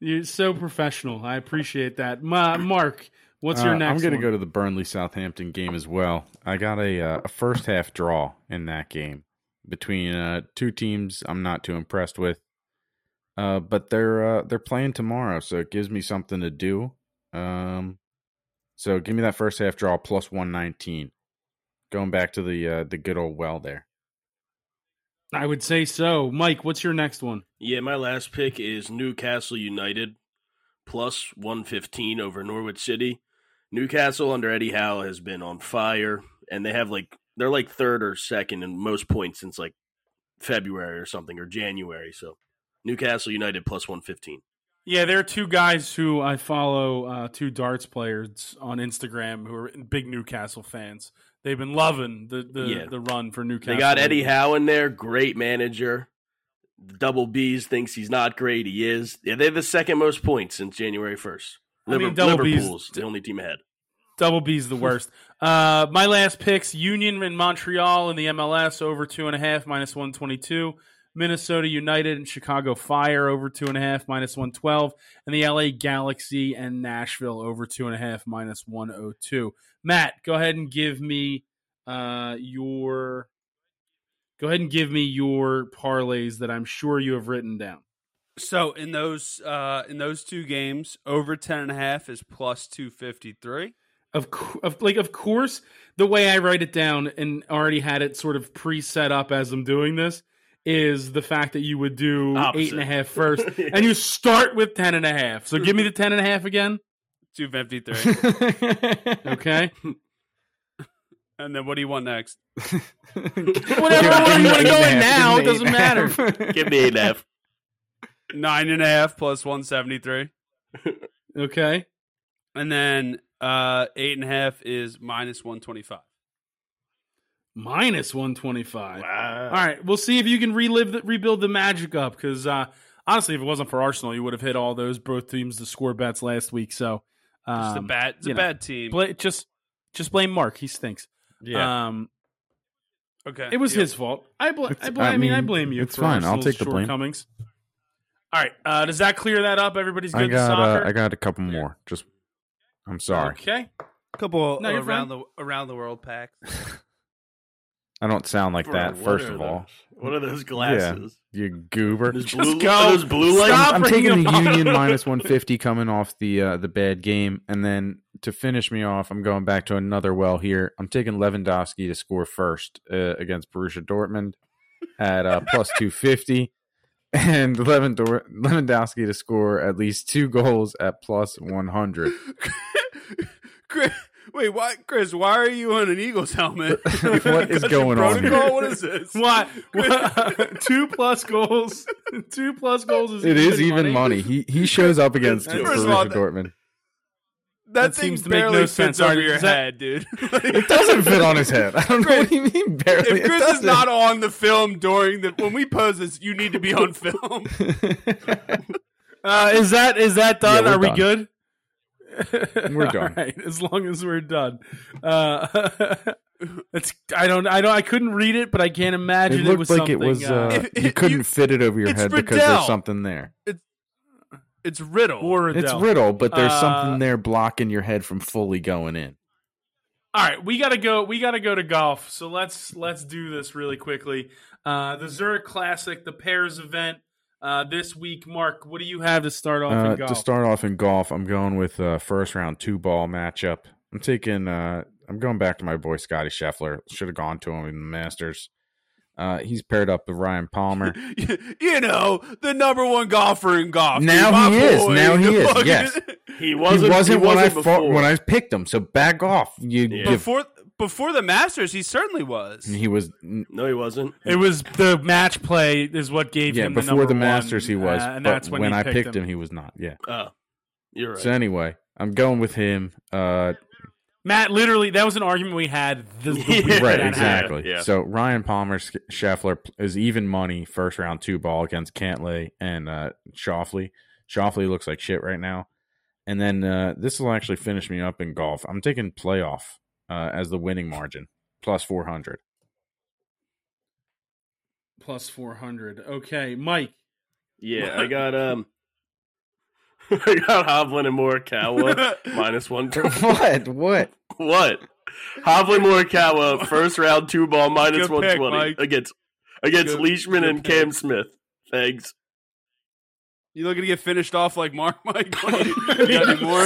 you're so professional. I appreciate that. Ma- Mark, what's your
Uh,
next
I'm going to
one?
go to the Burnley Southampton game as well. I got a, uh, a first half draw in that game between uh, two teams I'm not too impressed with. Uh, but they're uh, they're playing tomorrow, so it gives me something to do. Um, so give me that first half draw plus 119. Going back to the uh, the good old well there.
I would say so. Mike, what's your next one?
Yeah, my last pick is Newcastle United plus 115 over Norwich City. Newcastle under Eddie Howe has been on fire and they have like they're like third or second in most points since like February or something or January, so Newcastle United plus 115.
Yeah, there are two guys who I follow, uh, two darts players on Instagram who are big Newcastle fans. They've been loving the the,
Yeah.
the run for Newcastle.
They got Eddie Howe in there, great manager. Double B's thinks he's not great, he is. Yeah, they're the second most points since January 1st.
I mean,
Liver-
Double B's-
Liverpool's the only team ahead.
Double B's the worst. uh, my last picks: Union in Montreal in the MLS over two and a half minus one twenty two. Minnesota United and Chicago Fire over two and a half minus one twelve, and the LA Galaxy and Nashville over two and a half minus one oh two. Matt, go ahead and give me uh, your Go ahead and give me your parlays that I'm sure you have written down.
So in those uh, in those two games, over ten and a half is plus two fifty three.
Of, cou- of like of course, the way I write it down and already had it sort of pre-set up as I'm doing this is the fact that you would do eight and
Opposite.
a half first, and you start with ten and a half. So give me the ten and a half again,
Two fifty three.
okay?
and then what do you want next?
Whatever order you want to go in now, it doesn't matter.
Give me eight and a half.
Nine and a half plus one seventy three.
Okay,
And then uh, eight and a half is minus one twenty five.
minus one twenty-five.
Wow.
All right, we'll see if you can relive, the, rebuild the magic up. Because uh, honestly, if it wasn't for Arsenal, you would have hit all those both teams to score bets last week. So
It's a
um,
bad, it's a
you know,
bad team.
bla- just just blame Mark. He stinks. Um,
okay,
it was
yeah.
his fault. I, bl-
It's-
I, bl- I,
I
mean, I
mean,
blame you.
it's
for
fine. I'll
Arsenal's
take the blame.
shortcomings. All right, uh, does that clear that up? Everybody's good
I
at
got
soccer.
uh, I got a couple more. Just I'm sorry.
Okay.
couple
No, you're
around the around the world packs.
I don't sound like that.
What
First
are
of
those-
all,
what are those glasses?
you goober.
Those
Just
blue,
go.
are those blue lights?
Stop
I'm
bringing
taking the
them up.
Union minus 150 coming off the uh, the bad game, and then to finish me off, I'm going back to another well here. I'm taking Lewandowski to score first uh, against Borussia Dortmund at uh, plus 250, and Lewandor- Lewandowski to score at least two goals at plus 100.
Chris, wait, why, Chris? Why are you on an Eagles helmet?
What is
Country
going on here?
protocol? What is this?
What? two plus goals. Two plus goals is
It is
even
even money. He he shows up against
First of
Borussia
all, that-
Dortmund.
That,
That
thing
seems to make
barely
no
fits
sense.
over
Sorry,
your
is that-
head, dude.
It doesn't fit on his head. I don't know what you mean. Barely.
if
It
Chris is
doesn't.
not on the film during the when we pose this, you need to be on film.
Uh, is that is that
Yeah,
done?
we're
Are we
done.
good?
We're
All
done.
right, as long as we're done. Uh, it's I don't I don't I couldn't read it, but I can't imagine
it
it,
looked
was
like
something.
it was. Uh,
If- if
you couldn't
you-
fit it over your
it's
head because there's
Riddell.
something there.
It's Riddle.
or
It's
Adele.
riddle, but there's
Uh,
something there blocking your head from fully going in.
All right, we gotta go. We gotta go to golf. So let's let's do this really quickly. Uh, the Zurich Classic, the pairs event uh, this week. Mark, what do you have to start off
Uh,
in golf?
to start off in golf, I'm going with uh, first round two ball matchup. I'm taking. Uh, I'm going back to my boy Scotty Scheffler. Should have gone to him in the Masters. Uh, he's paired up with Ryan Palmer.
you know, the number one golfer in golf. dude,
Now
my
he is.
boy.
Now he is,
Fucking-
yes.
He wasn't. He wasn't,
when I
before.
fought, when I picked him. So back off. You,
Yeah.
give
Before before the Masters, he certainly was.
he was
no, he wasn't.
it was the match play is what gave
yeah
him the
before the,
number one,
Masters. he was,
uh, and
but
that's when,
when,
you
I picked, him, he was not. Yeah.
Oh, you're right.
So anyway, I'm going with him. Uh,
Matt, literally, that was an argument we had. The, the week
Yeah,
right,
that happened.
exactly.
yeah.
So Ryan Palmer Sch- Scheffler is even money first round two ball against Cantley and uh Shoffley. Shoffley looks like shit right now. And then uh, this will actually finish me up in golf. I'm taking playoff uh, as the winning margin plus 400.
Plus 400. Okay, Mike.
Yeah, I got um, I got Hovland and Morikawa minus one.
what? What?
What? Hovland Morikawa first round two ball minus
Good
one
pick,
twenty
Mike.
against against
Good-
Leishman
good
and
pick.
Cam Smith. Thanks.
You looking to get finished off like Mark Michael? You got any more?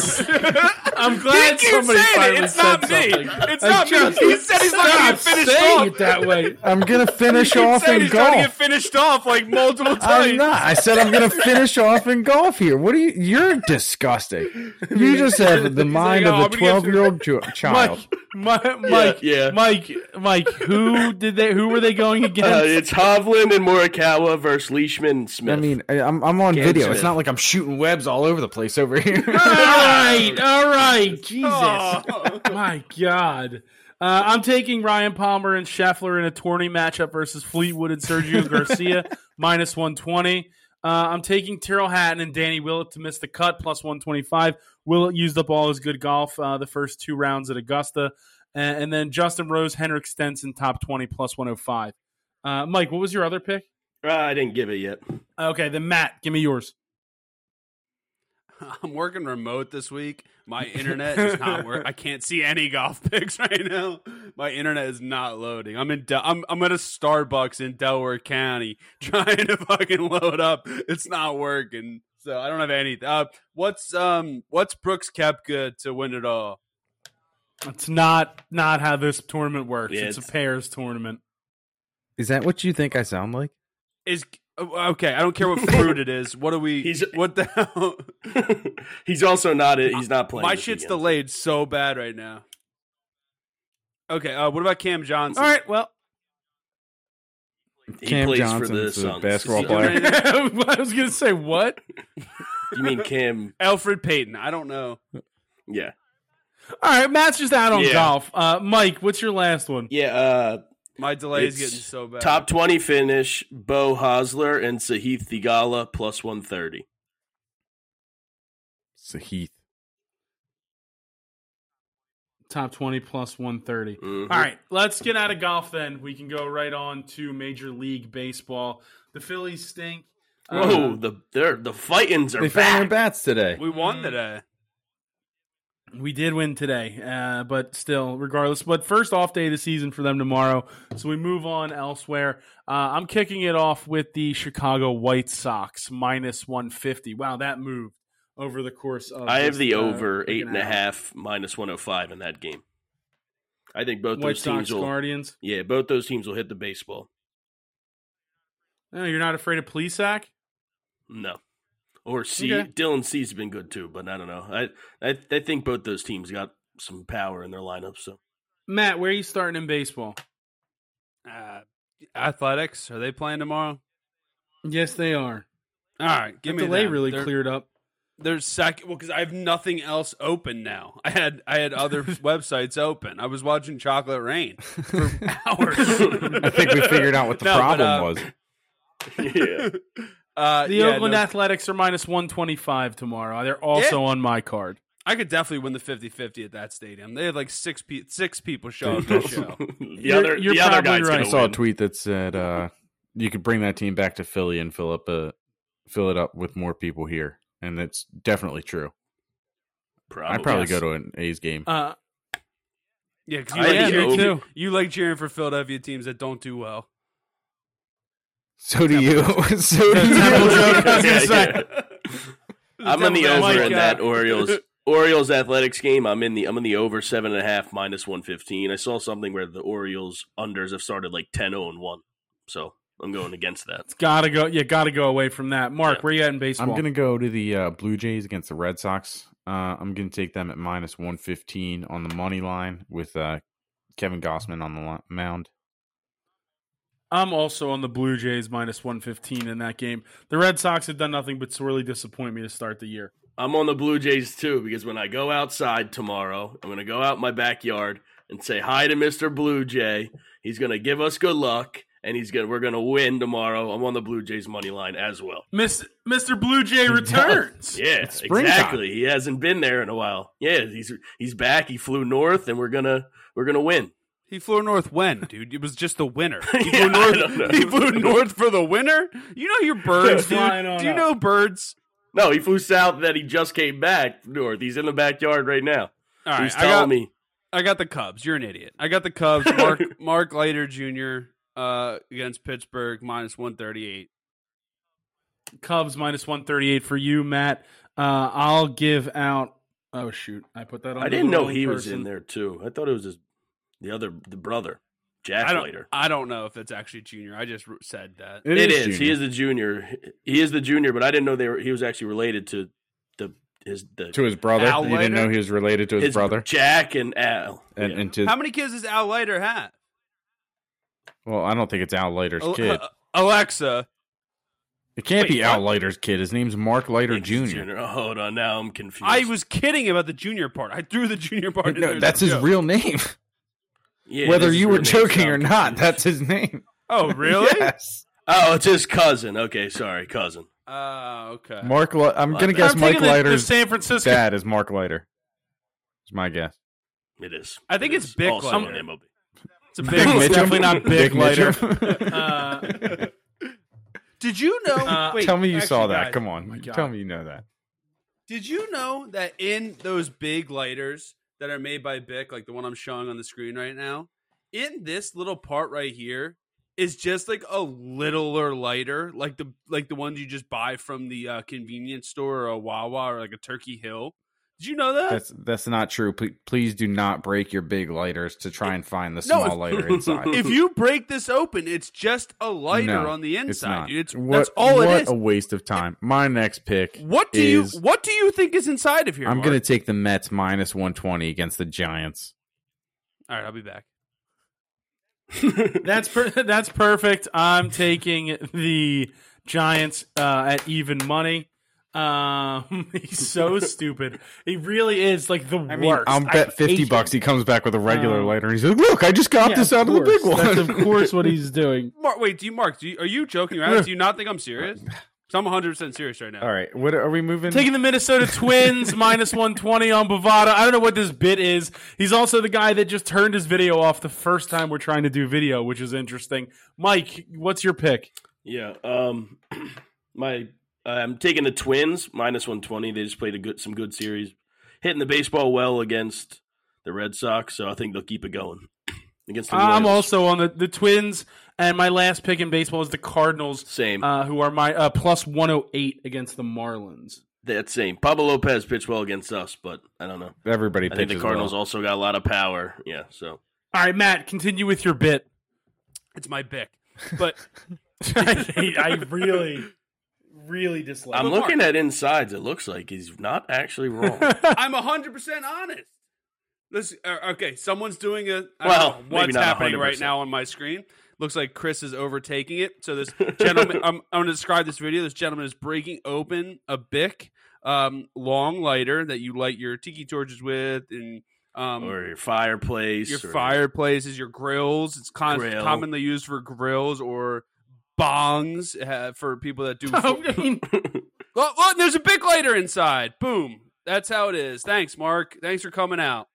I'm
He keeps saying it. It's not me. It's not me. He said he's not gonna get finished off.
it that way.
I'm going to finish
He keeps
off
saying
in
he's trying to get
golf.
finished off like multiple
I'm
times.
not. I said I'm going to finish off in golf here. What are you? You're disgusting. You just have the
He's
mind
like, "Oh, I'm
of a
gonna get
12 year old child.
Mike, Mi- Mike,
yeah.
Mike, Mike. Who did they? Who were they going
Uh,
against?
it's Hovland and Morikawa versus Leishman and Smith.
I mean, I- I'm I'm on video.
Smith.
It's not like I'm shooting webs all over the place over here.
all right, all right. Jesus,
Oh.
my God. Uh, I'm taking Ryan Palmer and Scheffler in a tourney matchup versus Fleetwood and Sergio Garcia minus 120. Uh, I'm taking Tyrrell Hatton and Danny Willett to miss the cut plus 125. Willett used up all his good golf uh, the first two rounds at Augusta, A- and, then Justin Rose, Henrik Stenson, top 20 plus 105. Uh, Mike, what was your other pick?
Uh, I didn't give it yet.
Okay, then Matt, give me yours.
I'm working remote this week. My internet is not work. I can't see any golf picks right now. My internet is not loading. I'm in. Del- I'm I'm at a Starbucks in Delaware County trying to fucking load up. It's not working. So I don't have anything. Uh, what's um what's Brooks Kepka to win it all?
That's not not how this tournament works.
Yeah,
it's,
it's-
a pairs tournament.
Is that what you think I sound like?
Is okay. I don't care what fruit it is. What are we?
He's-
what the hell?
he's also not. He's not playing.
My
this
shit's
weekend.
delayed so bad right now. Okay. Uh, what about Cam Johnson?
All right, well,
He
Cam
plays
Johnson's
for the
a
Suns.
basketball
Is he-
player.
I was gonna say what?
You mean Cam?
Alfred Payton. I don't know.
Yeah,
All right, Matt's just out on
Yeah.
golf. Uh, Mike, what's your last one?
yeah. Uh,
My delay is
It's
getting so bad.
top twenty finish: Bo Hosler and Sahith Thigala plus one thirty.
Sahith.
Top twenty plus one thirty.
Mm.
All right, let's get out of golf then. We can go right on to Major League Baseball. The Phillies stink.
Whoa,
Uh,
the they're, the fightings are
They found their
back.
bats today.
We
Mm.
won today.
we did win today, uh, but still, regardless. But first off day of the season for them tomorrow. So we move on elsewhere. Uh, I'm kicking it off with the Chicago White Sox minus 150. Wow, that moved over the course of.
I have
this,
the
uh,
over
freaking
eight and a
hour.
half minus one hundred five in that game. I think both
White
those teams
Sox
will.
Guardians.
Yeah, both those teams will hit the baseball.
No, Oh, you're not afraid of Plesac?
No. Or C.
Okay.
Dylan C's been good too, but I don't know. I, I I think both those teams got some power in their lineup. So
Matt, where are you starting in baseball?
Uh, athletics. Are they playing tomorrow?
Yes, they are.
All right. Give
Give
me
delay
them.
really
They're-
cleared up.
They're second. Well, because I have nothing else open now. I had I had other websites open. I was watching Chocolate Rain for hours.
I think we figured out what the
No, but,
problem
uh,
was.
yeah,
Uh,
The
yeah,
Oakland
no,
Athletics are minus 125 tomorrow. They're also on my card.
I could definitely win the 50-50 at that stadium. They had like six pe- six people show up to the show.
the
You're-
other
you're
the other
probably
guy's
right.
I
gonna
saw a
win.
tweet that said uh, you could bring that team back to Philly and fill up a fill it up with more people here, and that's definitely true.
Oh,
I probably go to an A's game.
Uh,
Yeah, 'cause
I
you,
am
like cheering,
too.
you- you like cheering for Philadelphia teams that don't do well.
so do you. so do
Temple
you.
joke, I was gonna
Yeah,
say.
yeah. I'm in the
Devil's
over
Mike,
in
uh,
that Orioles Orioles athletics game. I'm in the I'm in the over seven and a half minus one fifteen. I saw something where the Orioles unders have started like 10-0 and one, so I'm going against that.
It's gotta go. Yeah, gotta go away from that. Mark,
Yeah.
where you at in baseball?
I'm gonna go to the uh, Blue Jays against the Red Sox. Uh, I'm gonna take them at minus one fifteen on the money line with uh, Kevin Gossman on the li- mound.
I'm also on the Blue Jays minus 115 in that game. The Red Sox have done nothing but sorely disappoint me to start the year.
I'm on the Blue Jays too because when I go outside tomorrow, I'm going to go out in my backyard and say hi to Mr. Blue Jay. He's going to give us good luck and he's going to we're going to win tomorrow. I'm on the Blue Jays money line as well.
Miss, Mr. Blue Jay returns.
Yeah,
springtime.
exactly. He hasn't been there in a while. Yeah, he's he's back. He flew north and we're going to we're going to win.
He flew north when, dude? It was just the winter. He
Yeah,
flew
I don't know.
north. He flew north for the winter. You know your birds, dude.
Flying on
Do you
up.
know birds?
No, he flew south then he just came back north. He's in the backyard right now.
All right,
he's
I
telling
got
me
I got the Cubs. You're an idiot. I got the Cubs. Mark Mark Leiter Jr. Uh, against Pittsburgh minus one thirty eight.
Cubs minus 138 for you, Matt. Uh, I'll give out. Oh shoot, I put that on.
I
to
didn't
the
know
wrong
he was
person.
in there too. I thought it was his the other the brother, Jack
I don't.
Leiter.
I don't know if it's actually Jr. I just r- said that.
It is. He
Junior.
is the junior. He is the junior, but I didn't know they were. He was actually related to the his the
to his brother.
Al
you didn't
Leiter?
know he was related to his, brother.
Jack and Al.
And,
Yeah.
and to
How many kids does Al Leiter have?
well, I don't think it's Al Leiter's
Al-
kid.
uh, Alexa,
It can't
wait,
be Al Leiter's kid. His name's Mark Leiter
Thanks,
Jr.
Oh, hold on, now I'm confused.
I was kidding about the junior part. I threw the junior part. in there
No,
as
that's
a
his
joke.
real name.
Yeah,
Whether
his
you
real
were
name's
joking
Al.
or not, that's his name.
Oh, really?
Yes.
Oh, it's his cousin. Okay, sorry, cousin.
Oh, okay.
Mark. Le- I'm gonna
I'm
guess
I'm
Mike
taking the- the,
Leiter's
San Francisco.
dad is Mark Leiter. It's my guess.
It is.
I think
It
it's
is
Bick
also
Leiter.
an MLB.
It's a big.
Mitchell? definitely not Big Leiter.
Mitchell?
Uh,
Did you know?
Uh,
wait,
Tell me you
actually,
saw that.
guys,
Come on.
God.
Tell me you know that.
Did you know that in those big lighters that are made by Bic, like the one I'm showing on the screen right now, in this little part right here is just like a littler lighter, like the like the ones you just buy from the uh, convenience store or a Wawa or like a Turkey Hill. Did you know that?
That's that's not true. P- please do not break your big lighters to try and find the
No,
small lighter inside.
if you break this open, it's just a lighter
No,
on the inside.
it's not.
dude. It's
what,
that's all
what
it
a
is.
waste of time. My next pick.
What do
is-
you What do you think is inside of here?
I'm
Mark?
going to take the Mets minus 120 against the Giants.
All right, I'll be back.
That's per- that's perfect. I'm taking the Giants uh, at even money. Um, he's so stupid. He really is like the
I mean,
worst.
I'll
I
bet 50
hate
bucks
him.
he comes back with a regular
Um,
lighter and he's like, "Look, I just got
Yeah,
this out of the
course.
big one."
That's of course what he's doing.
Mark, wait, do you Mark? Do you, are you joking around? Do you not think I'm serious? 'Cause I'm 100 percent serious right now.
All right, what are we moving?
Taking the Minnesota Twins minus 120 on Bovada. I don't know what this bit is. He's also the guy that just turned his video off the first time we're trying to do video, which is interesting. Mike, what's your pick?
Yeah. Um, my I'm taking the Twins minus 120. They just played a good some good series, hitting the baseball well against the Red Sox. So I think they'll keep it going against the.
I'm
Royals.
also on the, the Twins, and my last pick in baseball is the Cardinals.
same.
uh, who are my uh, plus 108 against the Marlins.
that same. Pablo Lopez pitched well against us, but I don't know.
Everybody
I think the
pitches
Cardinals
well.
also got a lot of power. Yeah. So
All right, Matt, continue with your bit.
It's my bick, but
I, hate- I really, really dislike.
I'm
it.
looking at insides. It looks like he's not actually wrong.
I'm 100 percent honest. Listen, uh, okay, someone's doing a I
Well,
don't
maybe
know what's
not
happening
100%.
right now on my screen. Looks like Chris is overtaking it. So this gentleman, I'm, I'm going to describe this video. This gentleman is breaking open a Bic um, long lighter that you light your tiki torches with, and um,
or your fireplace.
your
or-
fireplaces, your grills. It's con-
Grill.
commonly used for grills or bongs uh, for people that do.
I mean,
Oh, look, there's a big lighter inside. Boom. That's how it is. Thanks, Mark. Thanks for coming out.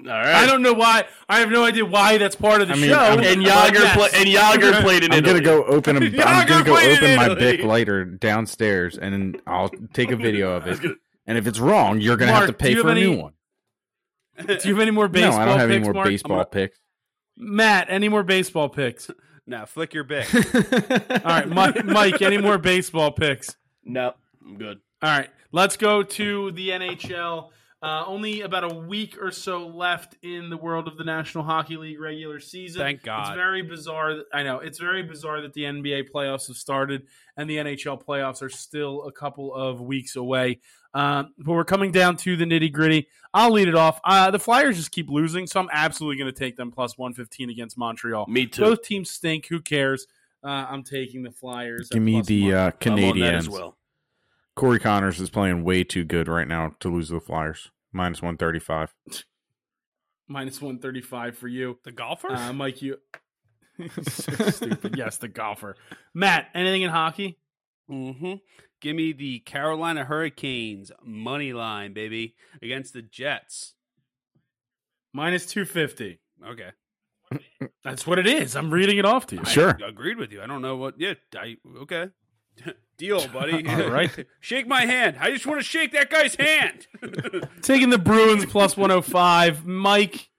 All right.
I don't know why. I have no idea why that's part of the
I mean,
show.
I'm-
and Yager
Yes.
play, and Yager played in
I'm
Italy.
gonna go open. A,
Yeah,
I'm gonna go
played in
open my
Italy.
big lighter downstairs, and I'll take a video of it. And if it's wrong, you're gonna
Mark, do
have to pay
you
for a
have
new
any
one.
Do you have any more baseball?
no, I don't have
picks,
any more
Mark?
baseball
I'm-
picks.
Matt, any more baseball picks? All
Now, flick your big.
right, Mike, Mike, any more baseball picks?
No, I'm good.
All right, let's go to the NHL. Uh, only about a week or so left in the world of the National Hockey League regular season.
Thank God.
It's very bizarre. that- I know it's very bizarre that the NBA playoffs have started and the NHL playoffs are still a couple of weeks away. Um, but we're coming down to the nitty gritty. I'll lead it off. Uh, the Flyers just keep losing, so I'm absolutely going to take them plus 115 against Montreal.
Me too.
Both teams stink. Who cares? Uh, I'm taking the Flyers. at
Give me
plus
the
115.
uh,
I'm on that
Canadians.
as well.
Corey Connors is playing way too good right now to lose to the Flyers. Minus one thirty five.
minus 135 for you.
The golfer?
Uh, Mike, you. so stupid. Yes, the golfer. Matt, anything in hockey?
mm-hmm. Give me the Carolina Hurricanes money line, baby, against the Jets.
Minus 250.
Okay.
That's what it is. I'm reading it off to you.
Sure.
I agreed with you. I don't know what. Yeah, I, okay. Deal, buddy.
All right.
shake my hand. I just want to shake that guy's hand.
Taking the Bruins plus 105. Mike,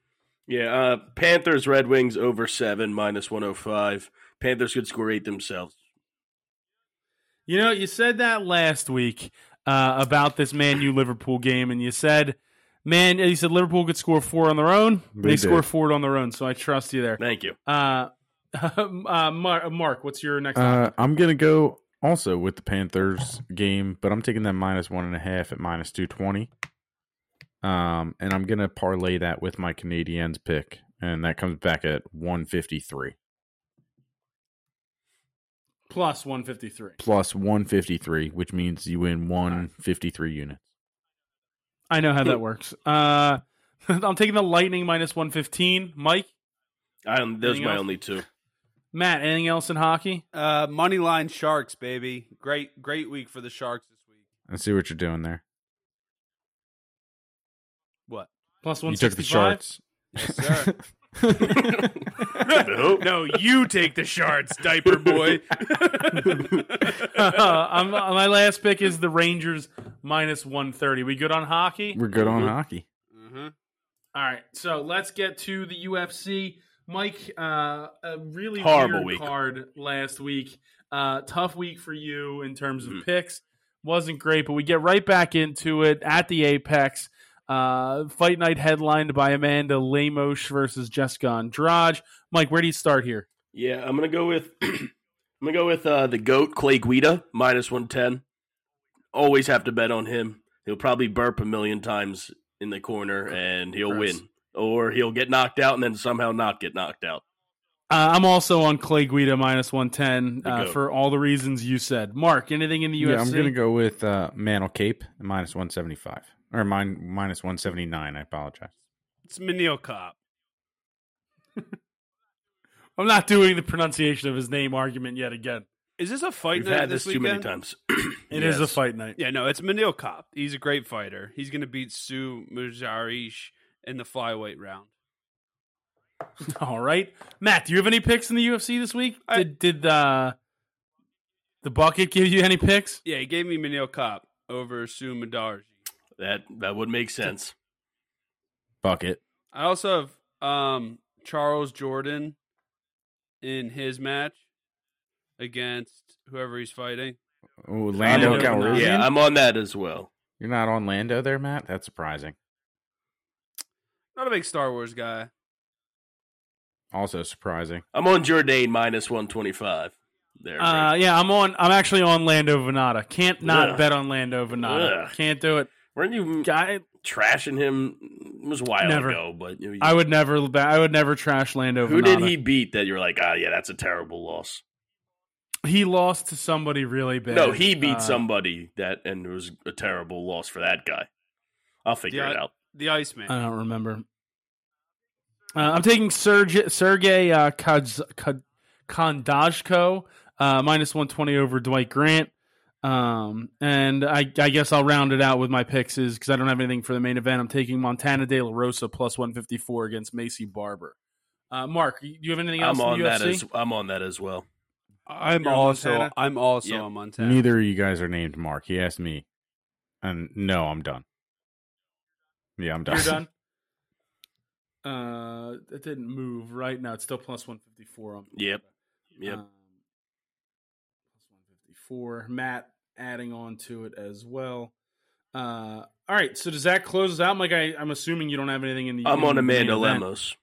Yeah, uh, Panthers Red Wings over seven minus one hundred five. Panthers could score eight themselves.
you know, you said that last week uh, about this Man U Liverpool game, and you said, man, you said Liverpool could score four on their own. They,
They did.
score four on their own, so I trust you there.
Thank you.
Uh, uh, Mar- Mark, what's your next?
Uh, I'm gonna go also with the Panthers game, but I'm taking that minus one and a half at minus two twenty. Um, and I'm gonna parlay that with my Canadians pick, and that comes back at one fifty three
plus 153.
plus one fifty three, which means you win one fifty three units.
I know how that works. Uh, I'm taking the Lightning minus 115. Mike,
I um, those are
Anything
my
else?
only two.
Matt, anything else in hockey?
uh, money line Sharks, baby. Great, great week for the Sharks this week.
I see what you're doing there.
What?
Plus
You took the
165.
sharks.
Yes, sir.
Nope.
No, you take the shards, diaper boy.
Uh, I'm- my last pick is the Rangers minus 130. We good on hockey?
We're good on hockey.
Mm-hmm.
All right, so let's get to the UFC. Mike, uh, a really
Horrible
weird
week.
card last week. Uh, tough week for you in terms of
Hmm.
Mhm.
picks. Wasn't great, but we get right back into it at the Apex. Uh, fight night headlined by Amanda Lemos versus Jessica Andrade. Mike, where do you start here?
Yeah, I'm gonna go with I'm gonna go with uh, the goat Clay Guida minus one ten. Always have to bet on him. He'll probably burp a million times in the corner, and he'll
Gross.
win, or he'll get knocked out and then somehow not get knocked out.
Uh, I'm also on Clay Guida minus 110
The
uh,
goat.
for all the reasons you said. Mark, anything in the UFC?
Yeah, I'm gonna go with uh, Mantle Cape minus one seventy five or mine minus one seventy nine. I apologize.
It's Manil Cop.
I'm not doing the pronunciation of his name argument yet again.
Is this a fight
We've
night
had this,
this
too many
weekend?
times.
It is a fight night.
Yeah, no, it's Manil Cop. He's a great fighter. He's going to beat Sue Mujarish in the flyweight round.
All right, Matt. Do you have any picks in the UFC this week?
I-
did did uh, the bucket give you any picks?
Yeah, he gave me Manil Cop over Sue Mudarji.
That that would make sense.
Bucket.
I also have um, Charles Jordan in his match against whoever he's fighting.
Ooh,
I'm
Lando
gonna go
Calrissian.
with-
Yeah, I'm on that as well.
You're not on Lando there, Matt. That's surprising.
Not a big Star Wars guy.
Also surprising.
I'm on Jourdain minus one twenty five. There.
Uh, yeah, I'm on. I'm actually on Lando Venata. Can't not
Ugh.
bet on Lando Venata.
Ugh.
Can't do it.
Weren't you
Guy,
trashing him? It was a while
Never.
ago, but you-
I would never. ba- I would never trash Lando.
who
Venata.
did he beat that you're like, ah, yeah, that's a terrible loss.
He lost to somebody really bad.
No, he beat
Uh,
somebody that, and it was a terrible loss for that guy. I'll figure
Yeah,
it out.
The Iceman.
I don't remember. Uh, I'm taking Serge, Sergey uh, Kaz, Ka- Kondashko uh, minus 120 over Dwight Grant. Um, and I, I guess I'll round it out with my picks is because I don't have anything for the main event. I'm taking Montana De La Rosa plus 154 against Macy Barber. Uh, Mark, you- do you have anything else
I'm on
in the UFC?
that as I'm on that as well.
I'm
You're on
also
Montana?
I'm also
Yep.
on Montana.
Neither of you guys are named Mark. He asked me, and no, I'm done. Yeah, I'm done.
You're done. Uh, it didn't move right now. It's still plus 154 on
Yep. Yep.
Um, plus 154. Matt adding on to it as well. Uh, all right. So does that close us out, Mike? I, I'm assuming you don't have anything in the.
I'm
in
on
the main
Amanda
event.
Lemos.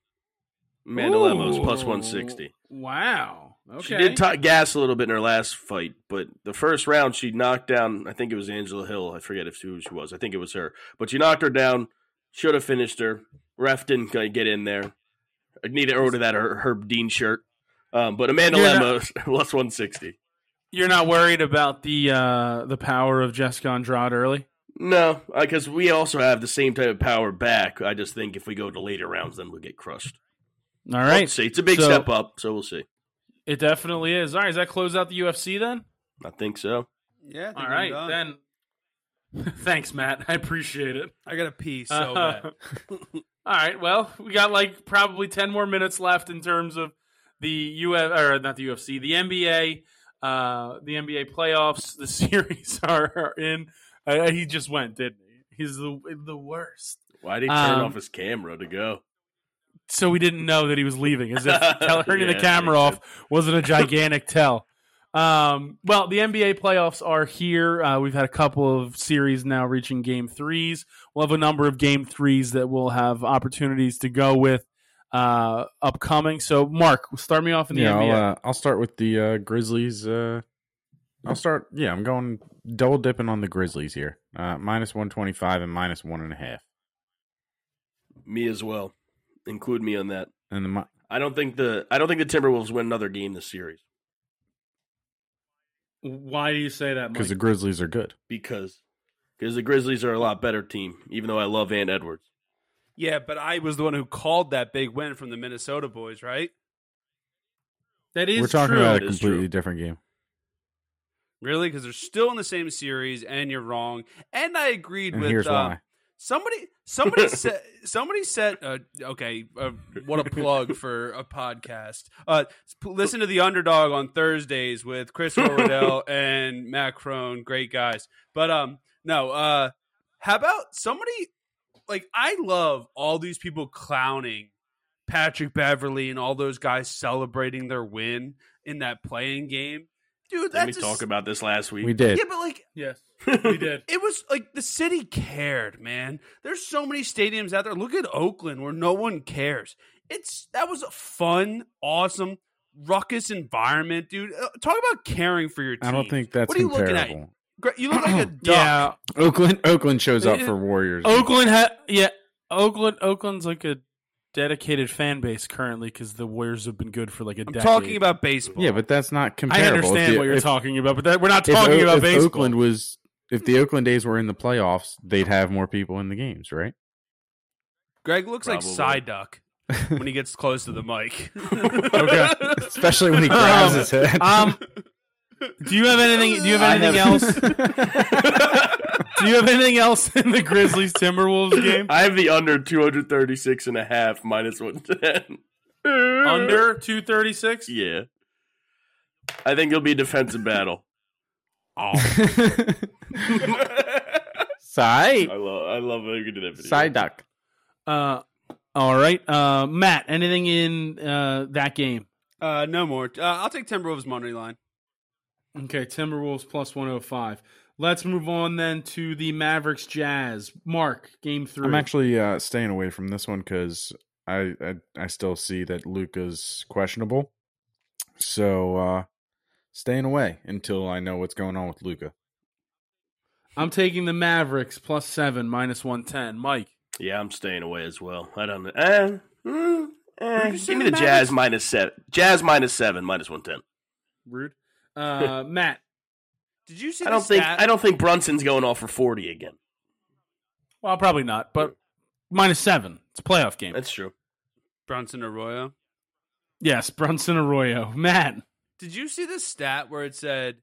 Amanda
Ooh.
Lemos plus 160.
Wow. Okay.
She did t- gas a little bit in her last fight, but the first round she knocked down. I think it was Angela Hill. I forget if who she was. I think it was her. But she knocked her down. Should have finished her. Ref didn't kinda get in there. I need to order that her Herb Dean shirt. Um, but Amanda
You're not-
Lemos plus 160.
You're not worried about the uh, the power of Jessica Andrade early.
No, because we also have the same type of power back. I just think if we go to later rounds, then we'll get crushed.
All right.
We'll see. It's a big
So-
step up, so we'll see.
It definitely is. All right. Does that close out the UFC then?
I think so.
Yeah, I think
All
I'm
right.
done.
Then. Thanks, Matt. I appreciate it.
I got to pee so
Uh,
bad.
All right. Well, we got like probably ten more minutes left in terms of the UF or not the UFC, the NBA, uh, the NBA playoffs. The series are, are in. Uh, he just went, didn't he? He's the the worst.
Why did he turn
Um,
off his camera to go?
So we didn't know that he was leaving, as if tell, turning
Yeah,
the camera off wasn't a gigantic tell. Um, well, the NBA playoffs are here. Uh, we've had a couple of series now reaching game threes. We'll have a number of game threes that we'll have opportunities to go with uh, upcoming. So, Mark, start me off in the
yeah,
NBA.
I'll, uh, I'll start with the uh, Grizzlies. Uh, I'll start. Yeah, I'm going double dipping on the Grizzlies here. Uh, minus one twenty five and minus one and a half.
Me as well. Include me on that.
And the mi-
I don't think the I don't think the Timberwolves win another game this series
uh,
Why do you say that?
because the Grizzlies are good.
because because the Grizzlies are a lot better team. Even though I love Ann Edwards,
Yeah, but I was the one who called that big win from the Minnesota boys, right?
that is
We're talking
true.
about a
It is
completely
true.
different game.
Really? Because they're still in the same series, and you're wrong. And I agreed
And
with
here's
uh,
why.
Somebody, somebody said, somebody said, uh, okay, uh, what a plug for a podcast. Uh, s- p- listen to the underdog on Thursdays with Chris Rodell and Matt Crone, great guys. But um, no, uh, how about somebody like I love all these people clowning Patrick Beverly and all those guys celebrating their win in that playing game, dude.
Let
That's
me
just-
talk about this last week.
We did.
yeah, but like
Yes, we did.
it was like the city cared, man. There's so many stadiums out there. Look at Oakland where no one cares. It's that was a fun, awesome, ruckus environment, dude. Uh, talk about caring for your team.
I don't think that's
What are you looking at?
comparable.
Gra- You look like a duck.
Yeah,
Oakland Oakland shows up for Warriors.
Oakland. Ha- yeah, Oakland. Oakland's like a dedicated fan base currently because the Warriors have been good for like a
I'm
decade.
talking about baseball.
Yeah, but that's not
I
comparable. If
understand
the-
what you're
if-
talking about, but that, we're not
if
talking
O-
about
if
baseball.
Oakland was if the Oakland days were in the playoffs, they'd have more people in the games, right?
Greg looks
Probably.
like Psyduck when he gets close to the mic.
Okay. Especially when he grabs his head.
um, do you have anything? Do you have anything else? Do you have anything else in the Grizzlies Timberwolves game?
I have the under 236 and a half minus 110.
Under two thirty six.
Yeah. I think it'll be a defensive battle.
else?
I
Side
love I love how you can do that video.
side duck.
Uh, all right, uh, Matt. Anything in uh, that game?
uh, no more. Uh, I'll take Timberwolves money line.
Okay, Timberwolves plus one hundred five. Let's move on then to the Mavericks Jazz. Mark, game 3
I'm actually uh, staying away from this one because I, I I still see that Luca's questionable, so uh, staying away until I know what's going on with Luca.
I'm taking the Mavericks plus seven, minus one ten. Mike.
Yeah, I'm staying away as well. I don't know. Eh, mm, eh.
you say
Give me
the
the Jazz minus seven. Jazz minus seven, minus one ten.
Rude. Uh, Matt.
Did you see?
I
the
don't think
stat?
I don't think Brunson's going off for forty again.
Well, probably not, but minus seven. It's a playoff game.
That's true.
Brunson Arroyo.
yes, Brunson Arroyo. Matt.
Did you see the stat where it said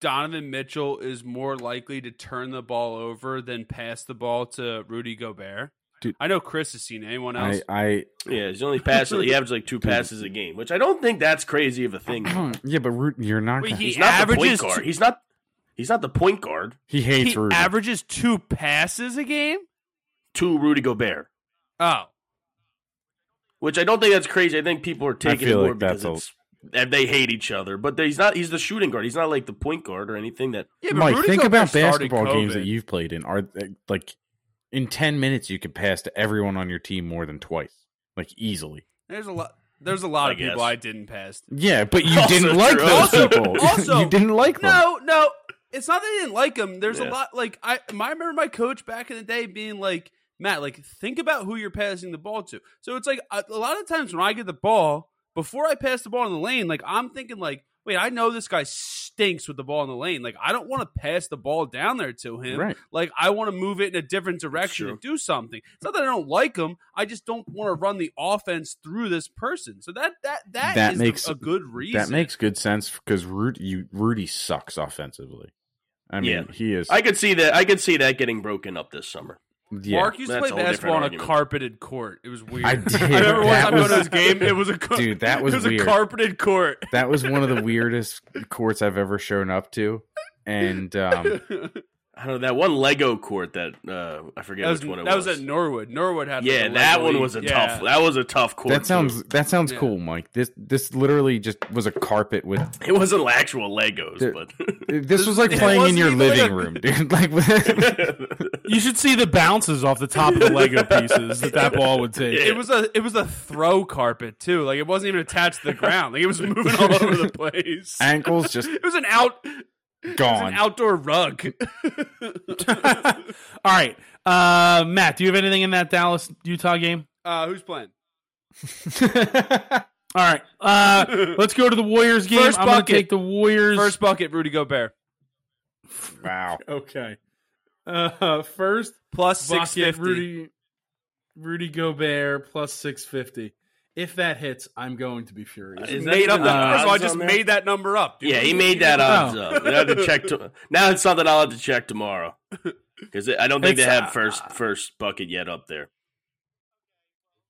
Donovan Mitchell is more likely to turn the ball over than pass the ball to Rudy Gobert?
Dude.
I know Chris has seen it. anyone else.
I I
Yeah, he's only passing. he averaged like two passes a game, which I don't think that's crazy of a thing.
yeah, but Root, you're not.
Wait,
gonna,
he
He's not
averages
the point guard.
two-
he's not. He's not the point guard
he hates
he
Rudy.
averages two passes a game.
to Rudy Gobert,
Oh,
which I don't think that's crazy. I think people are taking it
feel
more
like
because
that's a-
it's, and they hate each other. But he's not. He's the shooting guard. He's not like the point guard or anything that.
yeah. But
Mike,
Rudy
think
Gobert
about
started
basketball games
COVID.
that you've played in. Are uh, like in ten minutes you could pass to everyone on your team more than twice, like easily.
There's a lot. There's a lot
I
of people
guess.
I didn't pass. to.
Yeah, but you
Also
didn't like
true.
those
Also-
people.
also-
you didn't like them.
No, no. It's not that I didn't like him. There's a
Yeah.
lot like I, my- I remember my coach back in the day being like, Matt, like think about who you're passing the ball to. So it's like a, a lot of times when I get the ball, before I pass the ball in the lane, like I'm thinking like, wait, I know this guy stinks with the ball in the lane. Like I don't want to pass the ball down there to him.
Right.
Like I want to move it in a different direction and do something. It's not that I don't like him. I just don't want to run the offense through this person. So that that
That
is the-
makes-
a good reason.
That makes good sense because Rudy, you, Rudy sucks offensively. I mean,
Yeah.
he is.
I could see that. I could see that getting broken up this summer.
yeah.
Mark used to
That's
play
a whole different
basketball on a
argument.
carpeted court. It was weird.
I did.
remember one
That
time going to
was-
this game. It was a car-
Dude, that was
it was a
weird.
carpeted court.
that was one of the weirdest courts I've ever shown up to, and um,
I don't know that one Lego court that uh, I forget
that was,
which one it
that
was.
was at Norwood. Norwood had
yeah,
like a
that
Lego
one
league.
was a
Yeah.
tough. That was a tough court.
that sounds that sounds
Yeah.
cool, Mike. This this literally just was a carpet with.
too. It wasn't actual Legos,
There-
but
This was like
It
playing in
wasn't
your
even like
living
a-
room, dude. Like
You should see the bounces off the top of the Lego pieces that that ball would take.
It was a it was a throw carpet too. Like it wasn't even attached to the ground. Like it was moving all over the place.
ankles just
It was an out it was
gone.
an outdoor rug.
All right, uh, Matt. Do you have anything in that Dallas Utah game?
Uh, who's playing?
All right, uh, let's go to the Warriors game.
First
I'm going to
bucket.
take the Warriors.
First bucket, Rudy Gobert.
wow.
okay. Uh, first
Plus
bucket,
six fifty.
Rudy, Rudy Gobert plus six fifty. If that hits, I'm going to be furious.
Is that
made up
even
that,
the
first of all, I
odds
just
on there?
made that number up. Dude.
Yeah, he made that odds up. We'll have to check to- now it's something I'll have to check tomorrow because I don't think
It's,
they
uh,
have first first bucket yet up there.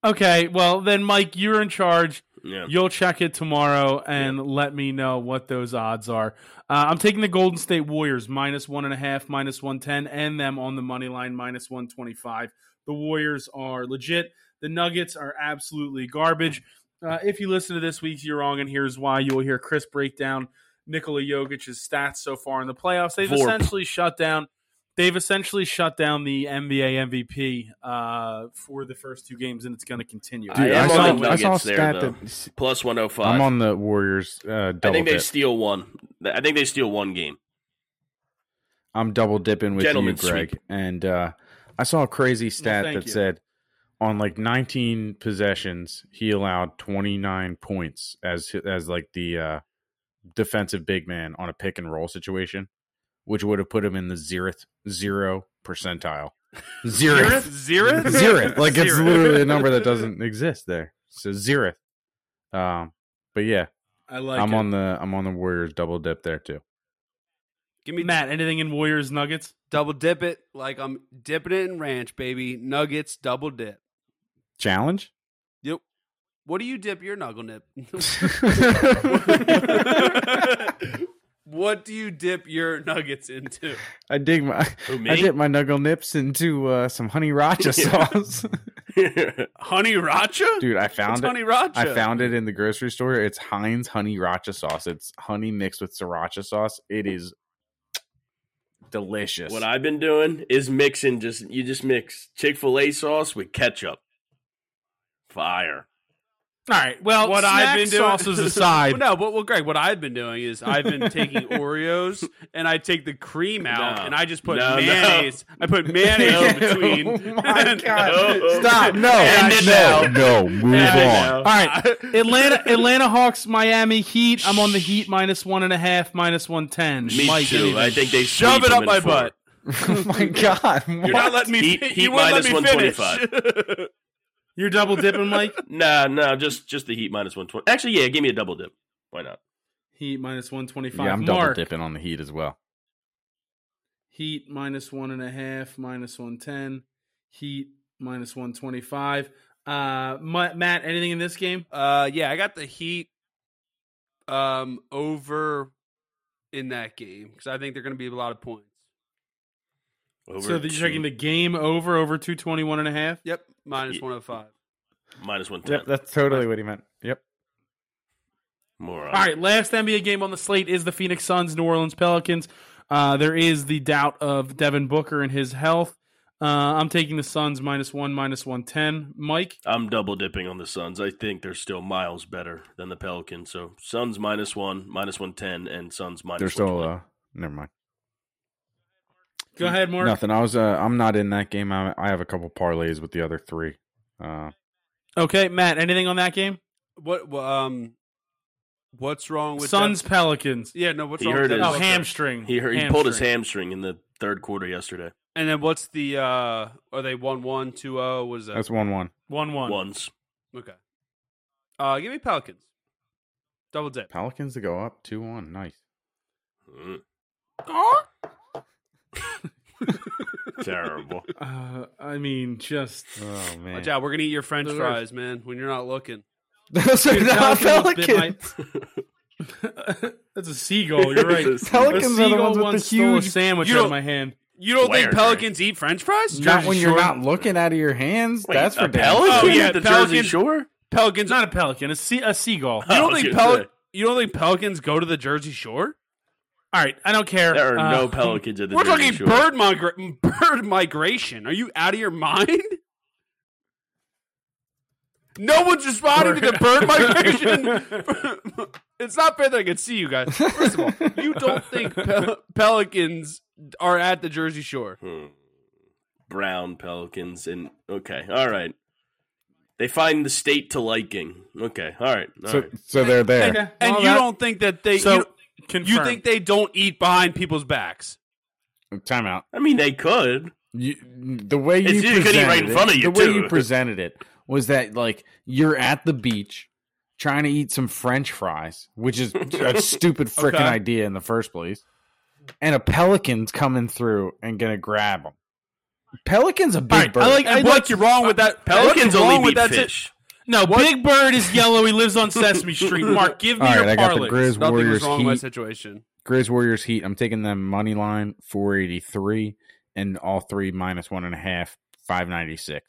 okay, well then, Mike, you're in charge.
Yeah,
You'll check it tomorrow and let me know what those odds are. Uh, I'm taking the Golden State Warriors minus one and a half, minus 110, and them on the money line minus 125. The Warriors are legit. The Nuggets are absolutely garbage. Uh, if you listen to this week, you're wrong, and here's why. You will hear Chris break down Nikola Jokic's stats so far in the playoffs. They've
Vorp.
essentially shut down. They've essentially shut down the NBA MVP uh, for the first two games, and it's going to continue.
I
Dude, I,
am
saw,
on the
I saw a
Nuggets there,
stat
though.
that
plus one hundred
I'm
five.
on the Warriors uh, double
I think they
dip.
steal one. I think they steal one game.
I'm double dipping with
Gentlemen
you, Greg.
sweep.
And uh, I saw a crazy stat
thank
that
you.
said on like 19 possessions, he allowed 29 points as as like the uh, defensive big man on a pick and roll situation, which would have put him in the zeroth zero percentile. Zeroth.
Zero?
zeroth. Like it's literally a number that doesn't exist there. So zeroth. Um, but yeah,
I like.
I'm
it.
on the I'm on the Warriors double dip there too.
Give me
Matt, anything in Warriors Nuggets?
double dip it like I'm dipping it in ranch, baby. Nuggets double dip.
Challenge?
Yep. What do you dip your nuggle nip? what do you dip your nuggets into?
I dig my
Who,
I
me?
dip my nuggle nips into uh, some honey racha
Yeah.
sauce.
Honey racha?
Dude, I found
What's
it.
honey racha?
I found it in the grocery store. It's Heinz honey racha sauce. It's honey mixed with sriracha sauce. It is delicious.
what I've been doing is mixing just you just mix Chick Fil A sauce with ketchup. Fire.
All right. Well,
what I've been doing.
sauces aside,
no, but well, Greg, what I've been doing is I've been taking Oreos and I take the cream out
No.
and I just put
No, no.
mayonnaise. I put mayonnaise
No.
between.
Oh my God.
No.
Stop! No,
End it
no, no, move
End it
on.
now.
all right. Atlanta, Atlanta Hawks, Miami Heat. I'm on the Heat minus one and a half, minus one ten.
Me
Mike,
too.
anything?
I think they
Shove
sweep
it
them
up
in
my
four.
butt.
Oh my God!
You're
What?
not letting me.
Heat-
fi-
heat
you wouldn't let
minus
me
125.
finish.
you're double dipping, Mike.
Nah, no, just just the Heat minus one twenty. Actually, yeah, give me a double dip. Why not?
Heat minus one twenty five.
yeah, I'm double
Mark,
dipping on the heat as well.
Heat minus one and a half, minus one ten. Heat minus one twenty five. Uh, Ma- Matt, anything in this game?
Uh, yeah, I got the Heat um over in that game because I think they're going to be a lot of points.
Over
so that
two-
you're taking the game over over two twenty one and a half.
Yep, minus
Yeah.
one hundred five.
minus one ten.
Yep, that's totally what he meant. Yep.
Moron.
All right, last NBA game on the slate is the Phoenix Suns, New Orleans Pelicans. Uh, there is the doubt of Devin Booker and his health. Uh, I'm taking the Suns minus one, minus 110. Mike,
I'm double dipping on the Suns. I think they're still miles better than the Pelicans. So Suns minus one, minus one ten, and Suns minus.
They're still.
120.
Uh, never mind.
go ahead, Mark.
Nothing. I was. Uh, I'm not in that game. I, I have a couple parlays with the other three. Uh,
Okay, Matt, anything on that game?
What wha- um, what's wrong with
Suns,
Dev-
Pelicans.
yeah, no, what's
He
wrong? with
hurt
Devin
his-
Oh,
Booker?
hamstring.
he he pulled his
Hamstring.
hamstring in the third quarter yesterday.
And then what's the uh? Are they one one two zero? Was that
that's one one.
One, one.
Once.
okay? Uh, give me Pelicans. Double dip.
Pelicans to go up two one. Nice.
Mm. Terrible.
Uh, I mean, just.
Oh man.
Watch out, we're gonna eat your French
Those are-
fries, man. When you're not looking.
Those
Dude,
not
Pelicans bit my- That's a seagull. You're right.
It's a
A
Pelicans are the
seagull
ones with the
once stole a
huge-
sandwich
You
out
don't-
of my hand.
You don't
Where,
think
Greg?
Pelicans eat French fries?
Not when
Jersey
you're
Shore.
not looking out of your hands.
Wait,
that's
a
for damn
Pelican?
Oh, yeah,
the Jersey
Pelican-
Shore.
Pelicans
It's not a pelican. It's sea- a seagull.
You don't
Oh,
think
shit.
Pel- you don't think Pelicans go to the Jersey Shore?
All right, I don't care.
There are
Uh,
no pelicans at the
We're
Jersey
talking
Shore.
bird migra- bird migration. Are you out of your mind? No one's responding to the bird migration. it's not fair that I can see you guys. First of all, you don't think Pel- Pelicans are at the Jersey Shore.
Hmm. Brown pelicans and okay, all right. They find the state to liking. Okay, all right, all
So,
right.
so they're there.
Okay,
And
all
you
that-
don't think that they
So,
you, you
confirmed.
think they don't eat behind people's backs.
Time out.
I mean, they could.
You, the way you
It's- you could eat
presented
right in
it-
front of you,
the way
too.
you presented it was that like you're at the beach trying to eat some French fries, which is a stupid freaking
Okay.
idea in the first place, and a pelican's coming through and gonna grab them. Pelican's a big
Alright, I
bird.
like-
And what's wrong with that?
Pelicans
what's wrong
only
with
eat
that
fish.
No, Big Bird is yellow. He lives on Sesame Street. Mark, give me
All right,
your
I got the
parlay.
Grizz
Nothing
Warriors
was wrong with that
Heat.
situation.
Grizz Warriors Heat. I'm taking them money line 483 and all three minus one and a half 596.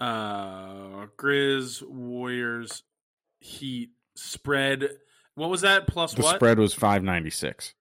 uh, Grizz Warriors Heat spread. What was that? Plus
The
what?
spread was 596.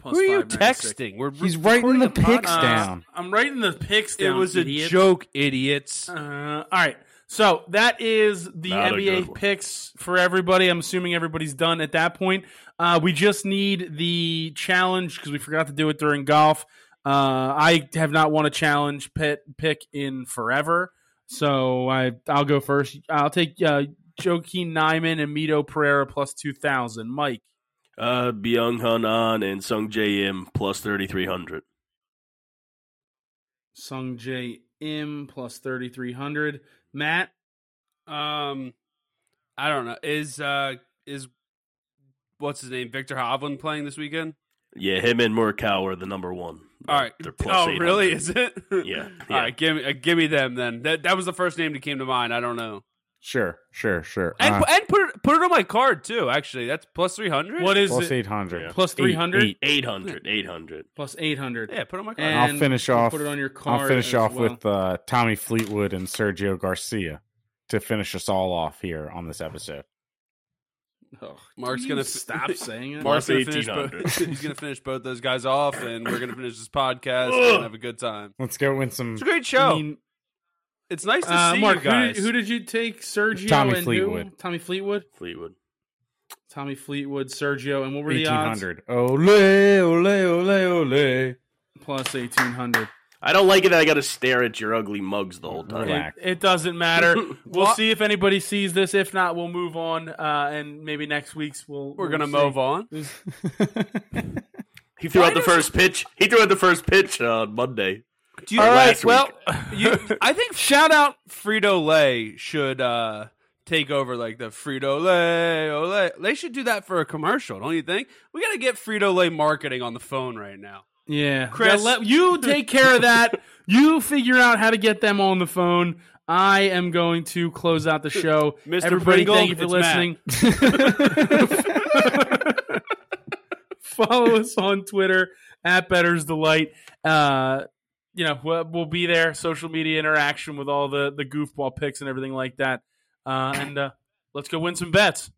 Plus
Who are you
596.
texting? We're
He's writing the
recording a
picks
podcast.
down.
I'm writing the picks
It
down.
was a
idiot.
joke, idiots.
Uh, all right. So that is the
Not a good
NBA
one.
picks for everybody. I'm assuming everybody's done at that point. Uh, we just need the challenge because we forgot to do it during golf. Uh, I have not won a challenge pet pick in forever. So I, I'll go first. I'll take uh, Joaquin Nyman and Mito Pereira plus 2,000. Mike,
Uh, Byung Hun An and Sung J M plus thirty three hundred.
Sung J M plus 3,300. Matt,
Um, I don't know. Is uh is what's his name? Victor Hovland playing this weekend?
Yeah, him and Murakawa are the number one.
All right.
Uh, They're plus
oh,
800.
really? Is it?
yeah.
All right. Give me uh, give me them then. That that was the first name that came to mind. I don't know.
Sure, sure, sure.
And
Uh,
pu- and put it put it on my card too. Actually, that's plus three hundred.
what is
plus
it?
800.
Yeah.
Plus
Eight,
300?
eight.
800, 800.
Plus 800.
Yeah, put it on my card.
And
I'll finish
we'll
off-
Put it on your card.
I'll finish
as
off
well.
with uh, Tommy Fleetwood and Sergio Garcia to finish us all off here on this episode.
Ugh,
Mark's
you
gonna-
stop saying it.
Mark's
Mark's
gonna finish
1800.
both, he's gonna finish both those guys off, and we're gonna finish this podcast and have a good time.
Let's go win some
It's a
I
great show.
mean,
it's nice to
uh,
see
Mark,
you guys.
Who, did, who did you take? Sergio
Tommy
and Who?
Fleetwood.
Tommy Fleetwood.
Fleetwood.
Tommy Fleetwood. Sergio. And what were the odds?
1800. Ole, ole, ole, ole.
Plus eighteen hundred.
I don't like it that I got to stare at your ugly mugs the whole time.
Relax.
It, it doesn't matter. We'll
What?
see if anybody sees this. If not, we'll move on. Uh, and maybe next week's we'll.
we're gonna move on.
He threw
Why
out the
does-
first pitch. He threw out the first pitch on Monday.
Do you,
All right,
last well, you, I think shout out Frito Lay should uh, take over like the Frito Lay. Ole. They should do that for a commercial, don't you think? We got to get Frito Lay marketing on the phone right now.
Yeah,
Chris.
Yeah, let- you take care of that. you figure out how to get them on the phone. I am going to close out the show.
Mr.
Everybody,
Pringle,
thank you for
it's
listening. Follow us on Twitter at Better's Delight. Uh, you know, we'll, we'll be there. Social media interaction with all the the goofball picks and everything like that. Uh, and uh, let's go win some bets.